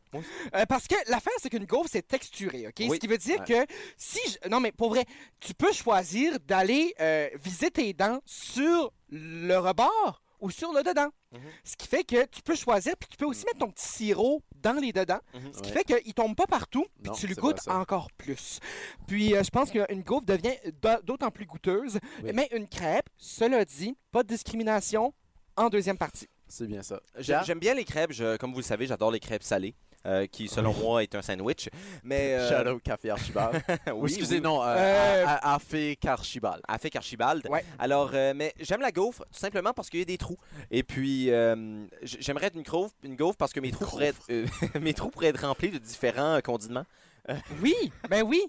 H: Euh, parce que l'affaire, c'est qu'une gaufre, c'est texturé, OK?
J: Oui.
H: Ce qui veut dire
J: Ouais.
H: que si. je- Non, mais pour vrai, tu peux choisir d'aller euh, viser tes dents sur le rebord ou sur le dedans.
J: Mhm.
H: Ce qui fait que tu peux choisir, puis tu peux aussi mettre ton petit sirop dans les dedans.
J: Mhm.
H: Ce qui
J: Mm. Ouais.
H: fait qu'il tombe pas partout, puis
J: Non,
H: tu le
J: c'est vrai,
H: goûtes
J: ça.
H: encore plus. Puis euh, je pense qu'une gaufre devient d'a- d'autant plus goûteuse.
J: Oui.
H: Mais une crêpe, cela dit, pas de discrimination en deuxième partie.
J: C'est bien ça.
A: J'ai- J'aime bien les crêpes. je- comme vous le savez, j'adore les crêpes salées, euh, qui selon moi est un sandwich. Mais euh,
J: Shadow Café Archibald.
A: Oui,
J: Ou excusez,
A: oui.
J: non, euh,
A: Euh,
J: à- à- Afé Carchibald.
A: Afé Carchibald. Alors, euh, mais j'aime la gaufre tout simplement parce qu'il y a des trous. Et puis, euh, j- j'aimerais être une, gaufre- une gaufre parce que mes trous, pourraient être, euh, mes trous pourraient être remplis de différents euh, condiments.
H: Oui, ben oui.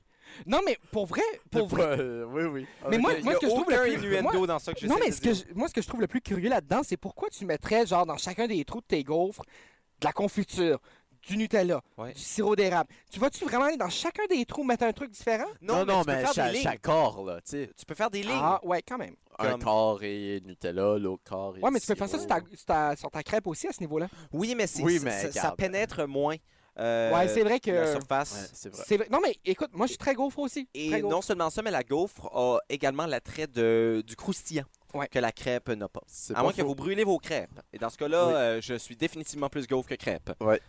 H: Non, mais pour vrai, pour vrai.
J: euh, oui, oui.
H: Mais
A: Il
H: moi,
A: y a
H: Euh, moi, ce que je trouve le
A: aucun
H: plus
A: innuendo
H: moi-
A: dans ça que j'essaie
H: Non, mais
A: de
H: ce que je- moi, ce que je trouve le plus curieux là-dedans, c'est pourquoi tu mettrais, genre, dans chacun des trous de tes gaufres, de la confiture, du Nutella, du sirop d'érable. Tu vas-tu vraiment aller dans chacun des trous mettre un truc différent?
J: Non, non, mais, cha- chaque corps, là, tu sais.
A: Tu peux faire des lignes.
H: Ah, ouais, quand même.
J: Un
H: Comme-
J: corps et Nutella, l'autre corps et
H: Ouais, mais tu peux faire ça
J: sirop.
H: sur ta, sur ta- sur ta crêpe aussi à ce niveau-là.
A: Oui, mais, c'est-
J: Oui,
A: ça-
J: mais
A: ça, ça
J: regarde.
A: pénètre moins. euh,
H: ouais, c'est vrai que.
A: La surface.
H: Non, mais écoute, moi, je suis très gaufre aussi.
A: Et
H: Très gaufre.
A: non seulement ça, mais la gaufre a également l'attrait de- du croustillant que la crêpe n'a pas.
J: pas
A: À moins que
J: faux.
A: vous brûlez vos crêpes. Et dans ce cas-là,
J: Oui.
A: euh, je suis définitivement plus gaufre que crêpe.
J: Ouais.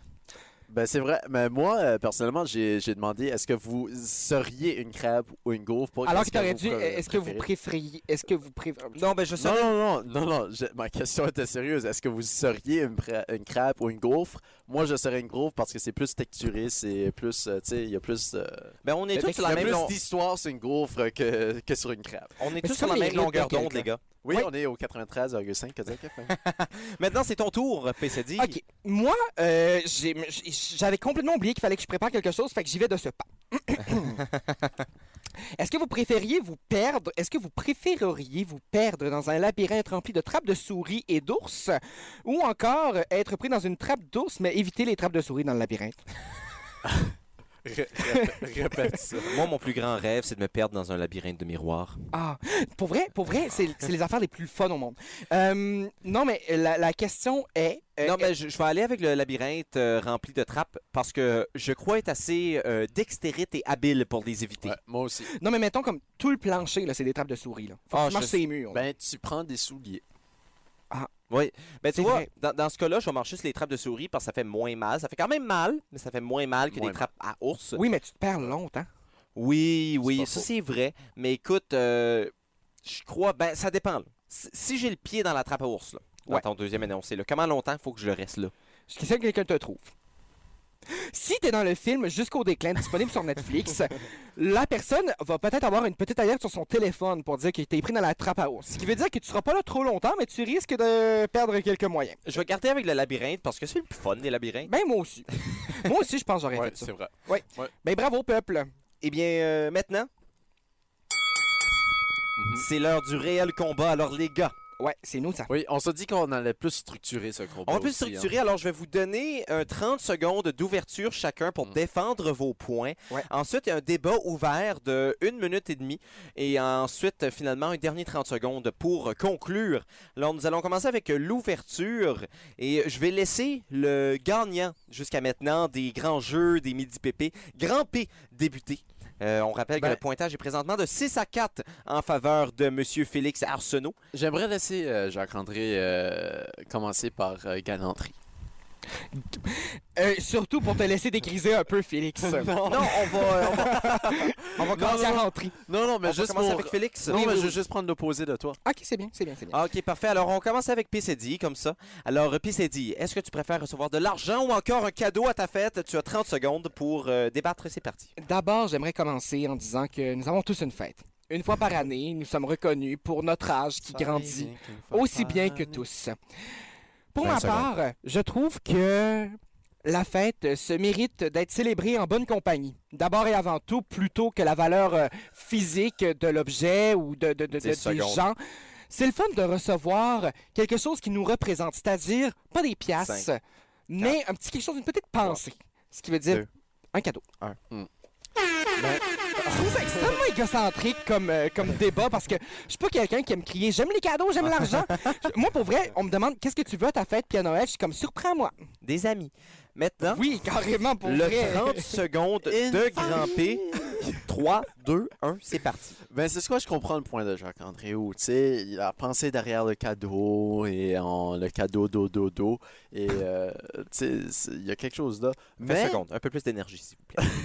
J: Ben, c'est vrai. Mais moi, euh, personnellement, j'ai j'ai demandé est-ce que vous seriez une crêpe ou une gaufre pour
H: Alors
J: qu'est-ce
H: que t'aurais dû.
J: vous pré-
H: Est-ce que vous
J: préférez?
H: préfériez. Est-ce que vous préférez.
A: euh, Non, ben, je
J: Non, non, non, non, non, je- ma question était sérieuse. Est-ce que vous seriez une, pra- une crêpe ou une gaufre? Moi, je serais une gaufre parce que c'est plus texturé, c'est plus, euh, tu sais, il y a plus... euh,
A: Ben, on est
J: il y a
A: tous sur la même
J: plus
A: long-
J: d'histoire sur une gaufre que, que sur une crêpe.
A: On est tous sur la même longueur d'onde, les gars.
J: Oui, on est au 93,5 Kodiak FM.
A: Maintenant, c'est ton tour, PCD.
H: OK. Moi, euh, j'ai- j'ai- j'avais complètement oublié qu'il fallait que je prépare quelque chose, fait que j'y vais de ce pas. Est-ce que vous préfériez vous perdre? Est-ce que vous préféreriez vous perdre dans un labyrinthe rempli de trappes de souris et d'ours? Ou encore euh, être pris dans une trappe d'ours, mais éviter les trappes de souris dans le labyrinthe?
J: Répète ça.
A: Moi, mon plus grand rêve, c'est de me perdre dans un labyrinthe de miroirs.
H: Ah, pour vrai, pour vrai, c'est c'est les affaires les plus fun au monde. Euh, non, mais la, la question est... euh,
A: non, mais je, je vais aller avec le labyrinthe euh, rempli de trappes parce que je crois être assez euh, dextérite et habile pour les éviter.
J: moi aussi.
H: Non, mais mettons comme tout le plancher, là, c'est des trappes de souris. Là. Faut que tu marches ses murs. là.
J: Ben, tu prends des souliers.
H: Ah.
A: Oui. Ben, tu
H: C'est
A: vois,
H: vrai.
A: dans, dans ce cas-là, je vais marcher sur les trappes de souris parce que ça fait moins mal. Ça fait quand même mal, mais ça fait moins mal que
H: Moins
A: des trappes à ours.
H: Oui, mais tu te perds longtemps.
A: Oui, oui, ça c'est vrai. Mais écoute, euh, je crois, ben ça dépend. là. Si, si j'ai le pied dans la trappe à ours, là, dans
H: Ouais.
A: ton deuxième énoncé, là, comment longtemps faut que je le reste là?
H: Jusqu'à ce que quelqu'un te trouve. Si t'es dans le film Jusqu'au déclin, disponible sur Netflix, la personne va peut-être avoir une petite alerte sur son téléphone pour dire qu'il t'es pris dans la trappe à ours. Ce qui veut dire que tu seras pas là trop longtemps, mais tu risques de perdre quelques moyens.
A: Je vais garder avec le labyrinthe parce que c'est le plus fun des labyrinthes.
H: Ben, moi aussi. moi aussi, je pense que j'aurais fait ça.
J: C'est vrai.
H: Oui. Ben, bravo, peuple.
A: Eh bien, euh, maintenant, c'est l'heure du réel combat. Alors les gars,
H: Ouais, c'est nous ça.
J: Oui, on s'est dit qu'on allait plus structurer ce combat.
A: on va plus
J: aussi, hein.
A: structurer. Alors je vais vous donner un 30 secondes d'ouverture chacun
J: Mm.
A: pour défendre vos points. Ensuite, il y a un débat ouvert de 1 minute et demie. Et ensuite, euh, finalement, un dernier 30 secondes pour conclure. Alors nous allons commencer avec euh, l'ouverture. Et je vais laisser le gagnant jusqu'à maintenant des grands jeux, des midi pépé, grand P débuter. Euh, on rappelle
J: Ben
A: que le pointage est présentement de 6 à 4 en faveur de M. Félix Arsenault.
J: J'aimerais laisser euh, Jacques-André euh, commencer par euh, galanterie.
H: Euh, surtout pour te laisser décriser un peu, Félix.
J: Non.
A: Non, on va, on va, on va
J: Non,
A: commencer
J: non,
A: à
J: non.
H: rentrer.
J: Non, non, mais
A: On va
J: juste
A: commencer
J: pour-
A: avec Félix.
J: Non, mais je veux juste prendre l'opposé de toi.
H: Ok, c'est bien, c'est bien, c'est bien.
A: Ah, Ok, parfait. Alors, on commence avec PCD, comme ça. Alors, PCD, est-ce que tu préfères recevoir de l'argent ou encore un cadeau à ta fête? Tu as 30 secondes pour euh, débattre, c'est parti.
H: D'abord, j'aimerais commencer en disant que nous avons tous une fête. Une fois par année, nous sommes reconnus pour notre âge qui grandit aussi bien que tous. Pour ma
L: 20 secondes.
H: part, je trouve que la fête se mérite d'être célébrée en bonne compagnie. D'abord et avant tout, plutôt que la valeur euh, physique de l'objet ou de, de- de- de-
A: 10
H: des
A: secondes.
H: gens. C'est le fun de recevoir quelque chose qui nous représente, c'est-à-dire pas des piastres,
A: Cinq.
H: mais un petit quelque chose, une petite pensée. Ce qui veut dire
A: Deux.
H: un cadeau.
A: Un.
J: Ben,
H: Je trouve ça extrêmement égocentrique comme, euh, comme débat parce que je suis pas quelqu'un qui aime crier j'aime les cadeaux, j'aime l'argent. Je- Moi, pour vrai, on me demande qu'est-ce que tu veux à ta fête puis à Noël. Je suis comme surprends-moi.
A: Des amis. Maintenant,
H: Oui, carrément pour
A: le
H: vrai. hein.
A: 30 secondes de Grand P. 3, 2, 1, c'est parti.
C: Ben, c'est ce que je comprends le point de Jacques-André où, tu sais, il a pensé derrière le cadeau et en le cadeau dos, dos, dos. Et, euh, tu sais, c'est- il y a quelque chose là. Mais,
A: secondes, un peu plus d'énergie, s'il vous plaît.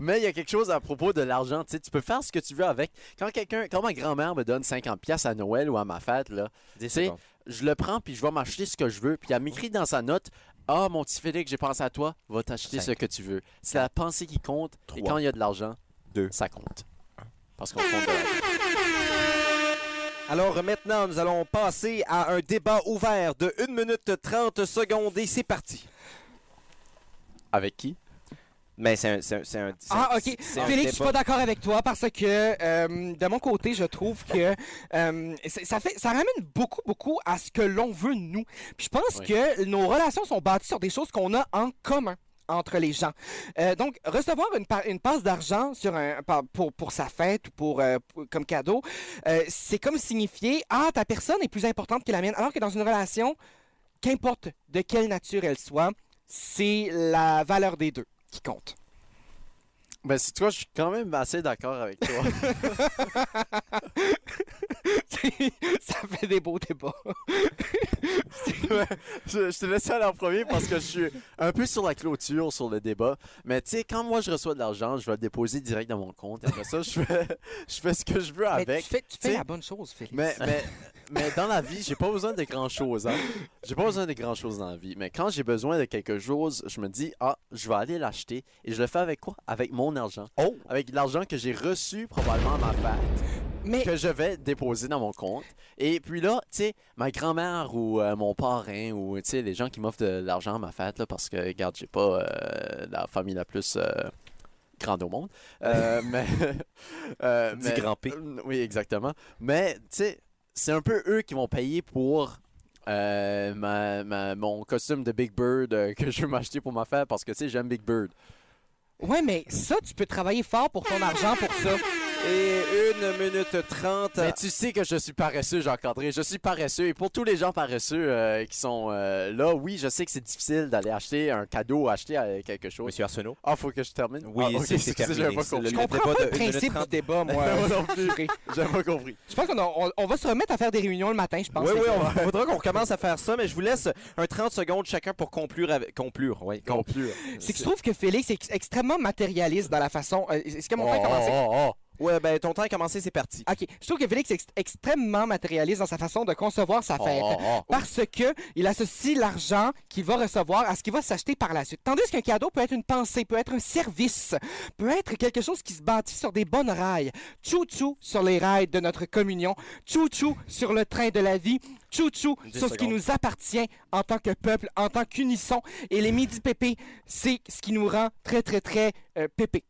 C: Mais il y a quelque chose à propos de l'argent, tu sais, tu peux faire ce que tu veux avec. Quand quelqu'un, quand ma grand-mère me donne 50 pièces à Noël ou à ma fête là, tu sais,
A: secondes.
C: je le prends puis je vais m'acheter ce que je veux, puis elle m'écrit dans sa note "Ah mon petit Félix, j'ai pensé à toi, va t'acheter ce que tu veux." C'est la pensée qui compte et quand il y a de l'argent, ça compte. Parce qu'on compte de l'argent.
A: Alors maintenant, nous allons passer à un débat ouvert de 1 minute 30 secondes et c'est parti.
C: Avec qui?
A: Mais Ben, c'est un, c'est un- c'est un- c'est un-
H: Ah, ok.
A: c'est un
H: Félix, je suis
A: débat.
H: pas d'accord avec toi parce que, euh, de mon côté, je trouve que euh, c'est- ça, fait, ça ramène beaucoup, beaucoup à ce que l'on veut, nous. Puis je pense
M: Oui.
H: que nos relations sont bâties sur des choses qu'on a en commun entre les gens. Euh, donc, recevoir une, pa- une passe d'argent sur un, par- pour, pour sa fête ou pour, euh, pour- comme cadeau, euh, c'est comme signifier « Ah, ta personne est plus importante que la mienne », alors que dans une relation, qu'importe de quelle nature elle soit, c'est la valeur des deux qui compte.
C: Ben, c'est toi, je suis quand même assez d'accord avec toi.
H: ça fait des beaux débats.
C: je, je te laisse aller en premier parce que je suis un peu sur la clôture, sur le débat. Mais tu sais, quand moi je reçois de l'argent, je vais le déposer direct dans mon compte. Après ça, je fais, je fais ce que je veux avec.
H: Mais tu fais, tu fais
C: sais.
H: la bonne chose, Félix.
C: Mais, mais, mais dans la vie, j'ai pas besoin de grand chose. Hein? J'ai pas besoin de grand chose dans la vie. Mais quand j'ai besoin de quelque chose, je me dis, ah, je vais aller l'acheter. Et je le fais avec quoi Avec mon argent.
A: Oh
C: Avec l'argent que j'ai reçu probablement à ma fête. Que je vais déposer dans mon compte. Et puis là, tu sais, ma grand-mère ou euh, mon parrain ou, tu sais, les gens qui m'offrent de l'argent à ma fête, là, parce que, regarde, j'ai pas euh, la famille la plus. euh, grande au monde. Euh, mais, euh,
A: Dis
C: mais-
A: grand P.
C: euh, Oui, exactement. Mais, tu sais, c'est un peu eux qui vont payer pour euh, ma- ma- mon costume de Big Bird euh, que je veux m'acheter pour ma fête parce que, tu sais, j'aime Big Bird.
H: Ouais, mais ça, tu peux travailler fort pour ton argent pour ça.
A: Et une minute 30.
C: Mais tu sais que je suis paresseux, Jacques-André. Je suis paresseux. Et pour tous les gens paresseux euh, qui sont euh, là, oui, je sais que c'est difficile d'aller acheter un cadeau, acheter euh, quelque chose.
A: Monsieur Arsenault.
C: Ah, faut que je termine.
A: Oui,
C: Ah,
A: c'est-
C: ok,
A: c'est
C: excusez,
A: terminé.
C: j'avais pas
A: C'est le- le
C: compris.
A: Je comprends débat pas de le 1 minute
H: principe du 30. débat, moi.
C: Moi non plus. J'avais pas compris.
H: Je pense qu'on a- on, on va se remettre à faire des réunions le matin, je pense.
A: Oui,
H: les
A: oui,
H: gars.
A: on faudra qu'on recommence à faire ça, mais je vous laisse un 30 secondes chacun pour conclure. Avec... Conclure, oui.
C: Conclure.
A: hein.
H: C'est que je trouve que Félix est ex- extrêmement matérialiste dans la façon. euh, Est-ce que mon temps
A: Oh.
H: est commencé?
A: Ouais, ben ton temps a commencé, c'est parti.
H: OK. Je trouve que Félix est ex- extrêmement matérialiste dans sa façon de concevoir sa fête.
A: Oh, oh, oh.
H: Parce que il associe l'argent qu'il va recevoir à ce qu'il va s'acheter par la suite. Tandis qu'un cadeau peut être une pensée, peut être un service, peut être quelque chose qui se bâtit sur des bonnes rails. Chou-chou sur les rails de notre communion. Chou-chou sur le train de la vie. Chou-chou
A: Dix
H: sur ce qui
A: secondes.
H: nous appartient en tant que peuple, en tant qu'unisson. Et les midi pépé, c'est ce qui nous rend très, très, très euh, pépé.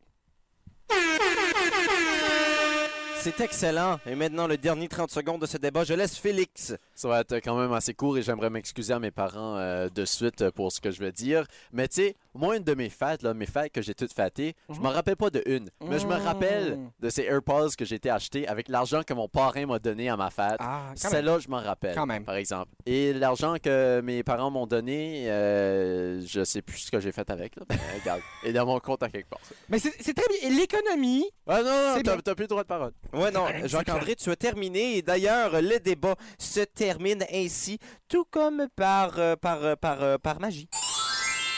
A: C'est excellent. Et maintenant, le dernier 30 secondes de ce débat, je laisse Félix.
C: Ça va être quand même assez court et j'aimerais m'excuser à mes parents euh, de suite euh, pour ce que je vais dire. Mais tu sais, moi, une de mes fêtes, là, mes fêtes que j'ai toutes fêtées, je me rappelle pas de une, mais je me rappelle
A: Mmh.
C: de ces AirPods que j'ai été acheté avec l'argent que mon parrain m'a donné à ma fête.
H: Ah, quand
C: Celle-là, je m'en rappelle,
H: Quand même.
C: par exemple. Et l'argent que mes parents m'ont donné, euh, je sais plus ce que j'ai fait avec. Là, mais regarde, et dans mon compte à quelque part.
H: Mais c'est c'est très bien. L'économie.
C: Ah non,
H: C'est
C: non, t'as-
H: bien.
C: t'as plus le droit de parole.
A: Ouais, non, Jacques-André, tu as terminé. Et d'ailleurs, le débat se termine ainsi, tout comme par, euh, par, euh, par, euh, par magie.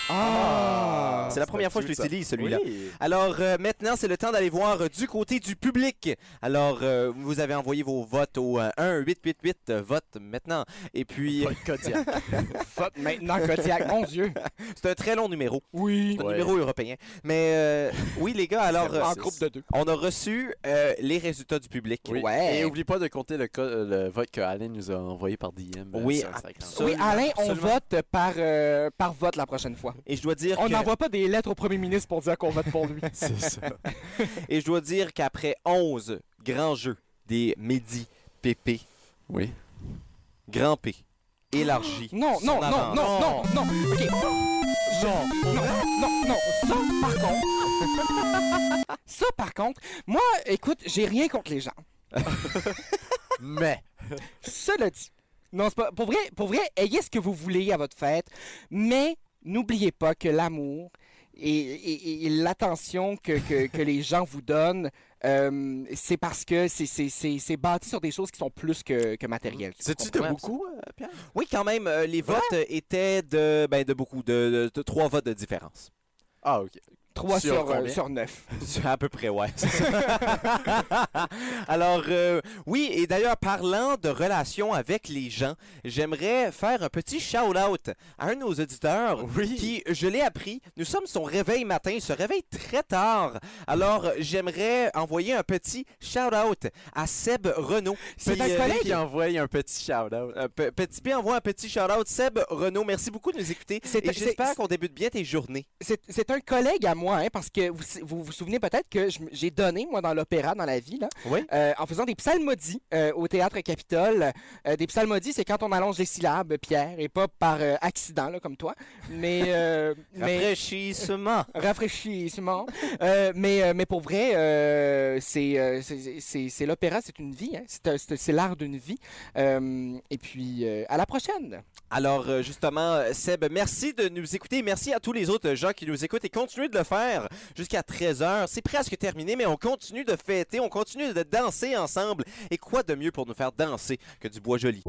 H: Ah!
A: C'est la première fois que je
C: cute, ça.
A: l'utilise, celui-là.
C: Oui.
A: Alors, euh, maintenant, c'est le temps d'aller voir euh, du côté du public. Alors, euh, vous avez envoyé vos votes au euh, 1-888, euh, vote maintenant. Et puis,
C: Vote Kodiak.
H: Vote maintenant, Kodiak. Mon Dieu.
A: euh, c'est un très long numéro.
H: Oui.
A: C'est un
C: Ouais.
A: numéro européen. Mais euh, oui, les gars, alors, euh,
H: En groupe de deux.
A: on a reçu euh, les résultats du public.
C: Oui.
H: Ouais.
C: Et oublie pas de compter le, co- euh, le vote que Alain nous a envoyé par DM euh,
A: Oui,
C: sur
J: ah,
C: Instagram.
H: Oui,
A: Absolument,
H: Alain, on
A: absolument.
H: vote par, euh, par vote la prochaine fois.
A: Et je dois dire
H: On
A: que...
H: n'envoie pas des lettres au premier ministre pour dire qu'on vote pour lui.
C: C'est ça.
A: Et je dois dire qu'après 11 grands jeux des Midi PP,
C: Oui.
A: Grand P, élargi.
H: Non,
A: son
H: non, non,
A: avance.
H: non, non, non. OK. Non, non, non, non. Ça, par contre, Ça, par contre, moi, écoute, j'ai rien contre les gens.
J: mais.
H: Cela dit. Non, c'est pas. Pour vrai, pour vrai, ayez ce que vous voulez à votre fête, mais n'oubliez pas que l'amour et, et- et l'attention que, que- que les gens vous donnent, euh, c'est parce que c'est- c'est c'est- c'est bâti sur des choses qui sont plus que, que matérielles.
J: Sais-tu de beaucoup, Pierre?
A: Oui, quand même, euh, les votes euh, étaient de, ben, de beaucoup, de, de- de trois votes de différence.
J: Ah, OK.
H: Trois
A: Sur
H: sur, euh,
A: combien?
H: sur neuf.
A: À peu près, ouais. c'est ça. Alors, euh, oui, et d'ailleurs, parlant de relations avec les gens, j'aimerais faire un petit shout-out à un de nos auditeurs qui, je l'ai appris, nous sommes son réveil matin, il se réveille très tard. Alors, j'aimerais envoyer un petit shout-out à Seb Renault.
J: C'est
A: Puis,
J: un
A: euh,
J: collègue qui
A: qui-
J: envoie un petit shout-out.
A: euh, pe- Petit P envoie un petit shout-out. Seb Renault, merci beaucoup de nous écouter.
H: C'est-
A: Et
H: c'est-
A: j'espère qu'on débute bien tes journées.
H: C'est c'est un collègue à moi, hein, parce que vous vous, vous souvenez peut-être que je m- j'ai donné, moi, dans l'opéra, dans la vie, là,
A: Oui.
H: euh, en faisant des psalmodies euh, au théâtre Capitole. Euh, des psalmodies, c'est quand on allonge les syllabes, Pierre, et pas par euh, accident, là, comme toi. Mais, euh, mais-
A: Rafraîchissement.
H: Rafraîchissement. Euh, mais, euh, mais pour vrai, euh, c'est euh, c'est- c'est- c'est l'opéra, c'est une vie, hein. C'est un- c'est c'est l'art d'une vie. Euh, et puis, euh, à la prochaine.
A: Alors, euh, justement, euh, Seb, merci de nous écouter. Merci à tous les autres euh, gens qui nous écoutent et continuez de le faire jusqu'à 13h. C'est presque terminé, mais on continue de fêter, on continue de danser ensemble. Et quoi de mieux pour nous faire danser que du bois joli?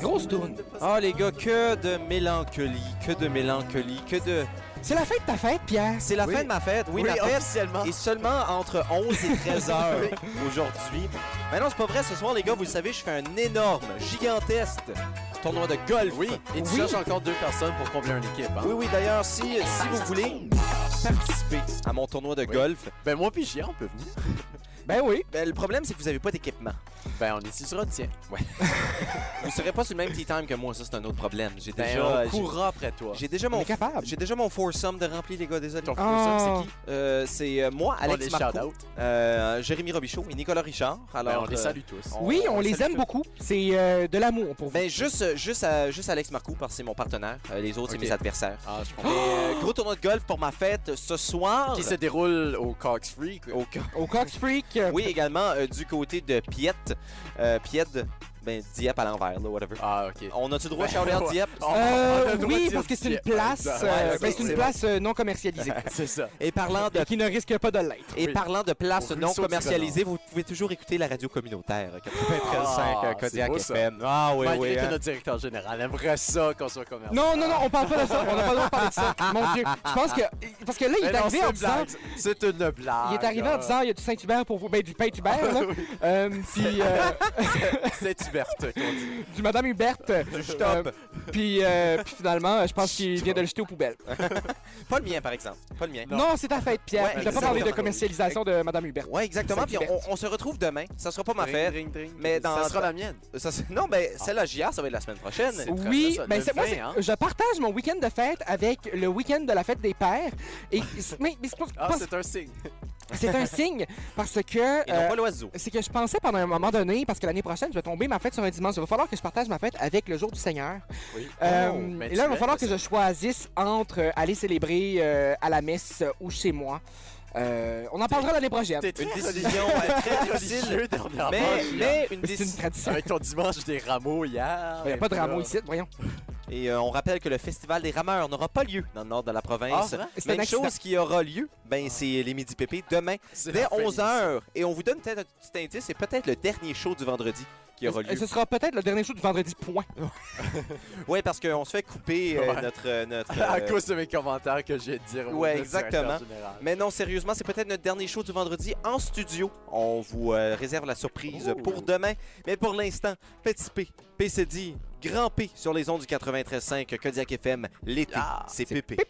H: Grosse tourne.
A: Oh, les gars, que de mélancolie, que de mélancolie, que de.
H: C'est la fin de ta fête, Pierre.
A: C'est la fin de ma fête, oui,
J: Oui,
A: ma fête
J: officiellement.
A: est seulement entre 11 et 13 heures aujourd'hui. Mais non, c'est pas vrai, ce soir, les gars, vous le savez, je fais un énorme, gigantesque tournoi de golf.
J: Oui, et tu
A: Oui.
J: cherches encore deux personnes pour combler une équipe. hein?
A: Oui, oui, d'ailleurs, si, si vous voulez participer à mon tournoi de golf,
J: Ben, moi puis Chia, on peut venir.
H: ben oui.
A: ben, le problème, c'est que vous n'avez pas d'équipement.
J: Ben, on est ici sur le tien.
A: Ouais. vous serez pas sur le même tea time que moi, ça, c'est un autre problème. J'ai
J: Ben,
A: déjà.
J: on
A: j'ai-
J: courra après toi.
A: J'ai déjà
H: On
A: mon
H: est capable.
A: j'ai déjà mon foursome de rempli, les gars, désolé.
J: Ton
H: Ah.
J: foursome, c'est qui?
A: Euh, c'est euh, moi,
J: On les
A: Alex Marco,
J: shout-out.
A: euh, Jérémy Robichaud et Nicolas Richard.
J: Ben,
A: Alors,
J: on les
A: euh,
J: salue tous.
H: Oui, on les
A: salue
H: aime
A: tous.
H: beaucoup. C'est euh, de l'amour pour vous.
A: Ben juste, euh, juste, à- juste Alex Marcoux parce que c'est mon partenaire. Euh, les autres,
J: Ok.
A: c'est mes adversaires.
J: Ah, je
A: Mais,
J: comprends. Ah!
A: euh, gros tournoi de golf pour ma fête ce soir.
J: Qui se déroule au Cox Free. quoi.
A: Au ca-
H: Au Cox Freak. euh,
A: Oui, également euh, du côté de Piette. Euh, Piette, ben Dieppe à l'envers, là, whatever.
J: Ah, ok.
A: On a-tu le droit, Charles out Dieppe?
J: On- on a
H: euh,
J: le droit de
H: oui,
J: dire
H: parce que c'est une
J: Chia.
H: place,
J: Ouais,
H: euh,
J: c'est
H: ben,
J: ça,
H: c'est une
J: c'est
H: place euh, non commercialisée
J: bon. C'est ça.
A: Et parlant de
H: et qui ne risque pas de l'être.
A: et
J: Oui.
A: parlant de places
J: Au
A: non
J: ruisseau du
A: commercialisées, vous pouvez toujours écouter la radio communautaire 93.5
J: Ah,
A: euh,
J: c'est
A: Kodiak
J: beau, ça.
A: FM. Ah oui,
J: Malgré
A: oui.
J: que
A: hein.
J: notre directeur général aimerait ça qu'on soit commercial.
H: Non, non, non, on parle pas de ça. On n'a pas le droit de parler de ça. Mon Dieu. Je pense que. Parce que là, il est
J: Mais Eh non,
H: arrivé
J: c'est
H: en
J: une
H: disant.
J: blague. C'est une blague.
H: Il est arrivé en disant il y a du Saint-Hubert pour vous. Ben, du pain Hubert, là.
J: Oui.
H: Euh, puis euh,
J: C'est Huberte qu'on dit.
H: du Madame Huberte. Du
A: Stop.
H: puis, euh, puis finalement, je pense qu'il vient de le jeter aux poubelles.
A: Pas le mien, par exemple. Pas le mien.
H: Non, c'est ta fête, Pierre.
A: Ouais,
H: je n'ai pas parlé de
A: exactement.
H: commercialisation de Madame Huberte.
A: Ouais, exactement. Puis on, on se retrouve demain. Ça sera pas ma fête.
J: Ring, ring, ring.
A: Mais dans-
J: Ça sera la mienne.
A: Ça, c'est- non, ben celle-là, JR, ça va être la semaine prochaine.
J: Ah. C'est très bien,
H: Oui,
J: ça.
H: ben
J: Le
H: c'est- moi,
J: 20,
H: c'est-
J: hein.
A: euh,
H: je partage mon week-end de fête avec le week-end de la fête des pères. Et, mais mais c'est pas-
J: Ah,
H: pas-
J: c'est un signe.
H: c'est un signe parce que
A: Et non
H: euh,
A: pas l'oiseau.
H: c'est que je pensais pendant un moment donné, parce que l'année prochaine, je vais tomber ma fête sur un dimanche. Il va falloir que je partage ma fête avec le jour du Seigneur.
J: Oui.
H: Euh,
J: Oh, ben,
H: et là,
J: tu
H: il va
J: l'aimes,
H: falloir que
J: ça.
H: je choisisse entre euh, aller célébrer euh, à la messe euh, ou chez moi. Euh, on en parlera l'année prochaine.
J: T'es une
A: Une
J: décision
A: décision euh, très difficile.
J: religieux dernièrement.
A: Mais,
J: Julien.
A: mais une
H: C'est une
A: décision.
H: tradition.
J: Avec ton dimanche des rameaux hier.
H: Il n'y a
J: et
H: pas de
J: puis là-
H: rameau ici, voyons.
A: Et euh, on rappelle que le festival des rameurs n'aura pas lieu dans le nord de la
J: Ah,
A: province.
J: c'est vrai?
H: C'est un
A: Mais une
H: accident.
A: chose qui aura lieu, ben c'est les midi pépé demain
J: C'est
A: dès
J: la fin de
A: 11h. Et on vous donne peut-être un petit indice, c'est peut-être le dernier show du vendredi qui aura
H: Et
A: lieu.
H: Ce sera peut-être le dernier jour du vendredi, point.
A: Ouais, parce qu'on se fait couper euh,
J: Ouais.
A: notre. euh, notre
J: À
A: euh,
J: cause de mes commentaires que j'ai de dire. au
A: Ouais,
J: directeur
A: exactement.
J: général.
A: Mais non, sérieusement, c'est peut-être notre dernier show du vendredi en studio. On vous euh, réserve la surprise
J: Ouh.
A: pour demain. Mais pour l'instant, petit P, PCD, grand P sur les ondes du 93.5 Kodiak FM, l'été,
J: Ah,
A: c'est
H: c'est
A: pépé.